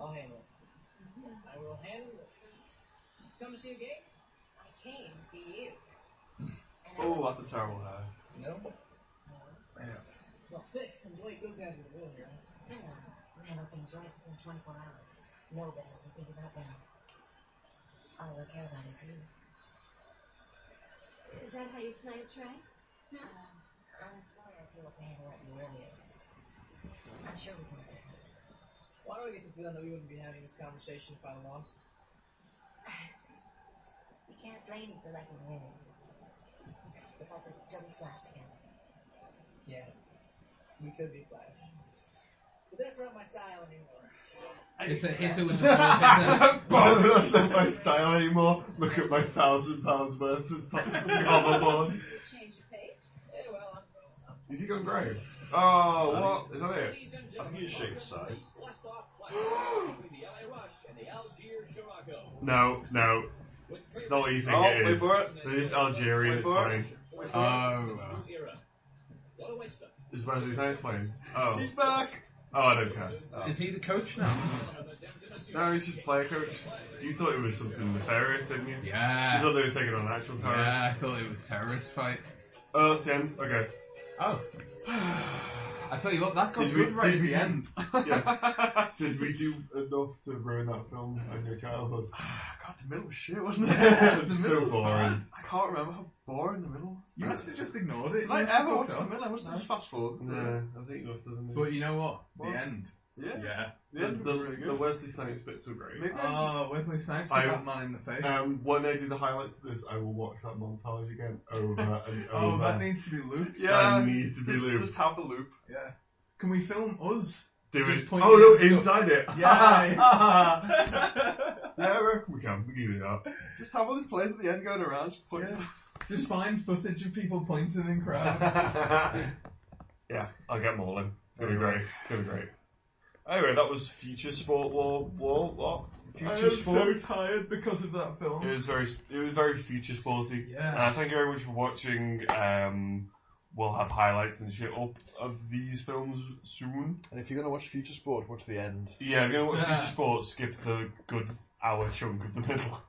S5: I'll handle it. I will handle it. Come to see a game?
S4: I came to see you. And I
S1: Oh, that's a terrible hair.
S5: No. Well, fix and Blake, those guys are the real heroes.
S4: Hang on. We'll handle things right in 24 hours. Nobody will think about them. All I care about is you. Is that how you play it, Trey? No. Uh, I'm sorry if you wouldn't handle it you earlier. I'm sure we can make this happen.
S5: Why do I get the feeling that we wouldn't be having this conversation if I lost?
S4: We can't blame you for liking the winnings. Besides, I could still be flashed again.
S5: Yeah. We could be Flash. But that's not my style anymore.
S3: It's a hitter with a ball.
S2: Bob, that's not my style anymore. Look at my thousand pounds worth of fucking hoverboard.
S4: Change your pace? Oh,
S5: Yeah, well, I'm growing up.
S2: Is he going grey?
S29: Oh, what? Is that it?
S9: Ladies and
S1: I think he's
S9: gentlemen,
S1: shaped size.
S9: blast off clutch between the LA Rush and the Algier Scirocco.
S2: No, no.
S9: With three
S2: It's not what you think
S1: Oh,
S2: it
S1: wait
S2: is.
S1: for it.
S2: They're just Algerian.
S1: Wait
S2: It's
S1: for it.
S2: like,
S9: with
S3: Oh.
S9: the new era. What a waste of
S2: is Wesley Snipes playing? Oh.
S1: She's back!
S2: Oh, I don't care.
S3: Is he the coach now?
S2: No, he's just player coach. You thought it was something nefarious, didn't you? You
S3: Yeah.
S2: thought they were taking on actual terrorists?
S3: Yeah, I thought it was terrorist fight.
S2: Oh, that's the end. Okay.
S3: Oh. I tell you what, that got
S2: Did we-
S3: good right
S2: did
S3: at
S2: we
S3: the
S2: do-
S3: end.
S2: Yeah. Did we do enough to ruin that film and your childhood?
S1: God, the middle was shit, wasn't it?
S2: Yeah,
S1: The
S2: so
S1: middle was
S2: boring.
S1: bad. I can't remember how boring the middle was.
S3: You must have just ignored it.
S1: Did
S3: You
S1: I
S3: must have
S1: ever watch
S3: fucked
S1: the
S3: off.
S1: middle? I must have just fast forwarded. through it.
S2: Yeah, I think most of them.
S3: But you know what?
S1: What?
S3: The end.
S1: Yeah.
S3: Yeah.
S1: The end
S2: the,
S1: was really
S2: the
S1: good.
S2: Wesley Snipes bits were great.
S1: Maybe I just-
S3: Oh, Wesley Snipes
S2: I-
S3: hit that man in the face.
S2: Um, when I do the highlights of this, I will watch that montage again over and over.
S3: oh, that needs to be
S2: That
S3: Luke.
S1: Yeah,
S2: needs to be
S1: just,
S2: looped.
S1: just have the loop.
S3: Yeah. Can we film us?
S2: Do
S3: Just
S2: it.
S3: point
S2: Oh no,
S3: it at
S2: inside it.
S3: Yeah.
S2: yeah, I reckon we can. We can do that.
S1: Just have all these players at the end going around. Just fucking-
S3: Yeah. Just find footage of people pointing in crowds.
S2: yeah, I'll get them all in. It's gonna be
S10: There you
S2: great. It's gonna be great. Anyway, that was Future Sport War. War what? Future Sport.
S3: tired because of that film.
S10: It was very, it was very future sporty. Uh, thank you very much for watching. Um, we'll have highlights and shit up of these films soon.
S30: And if you're gonna watch Future Sport, watch the end.
S10: Yeah, if you're gonna watch future sports, skip the good hour chunk of the middle.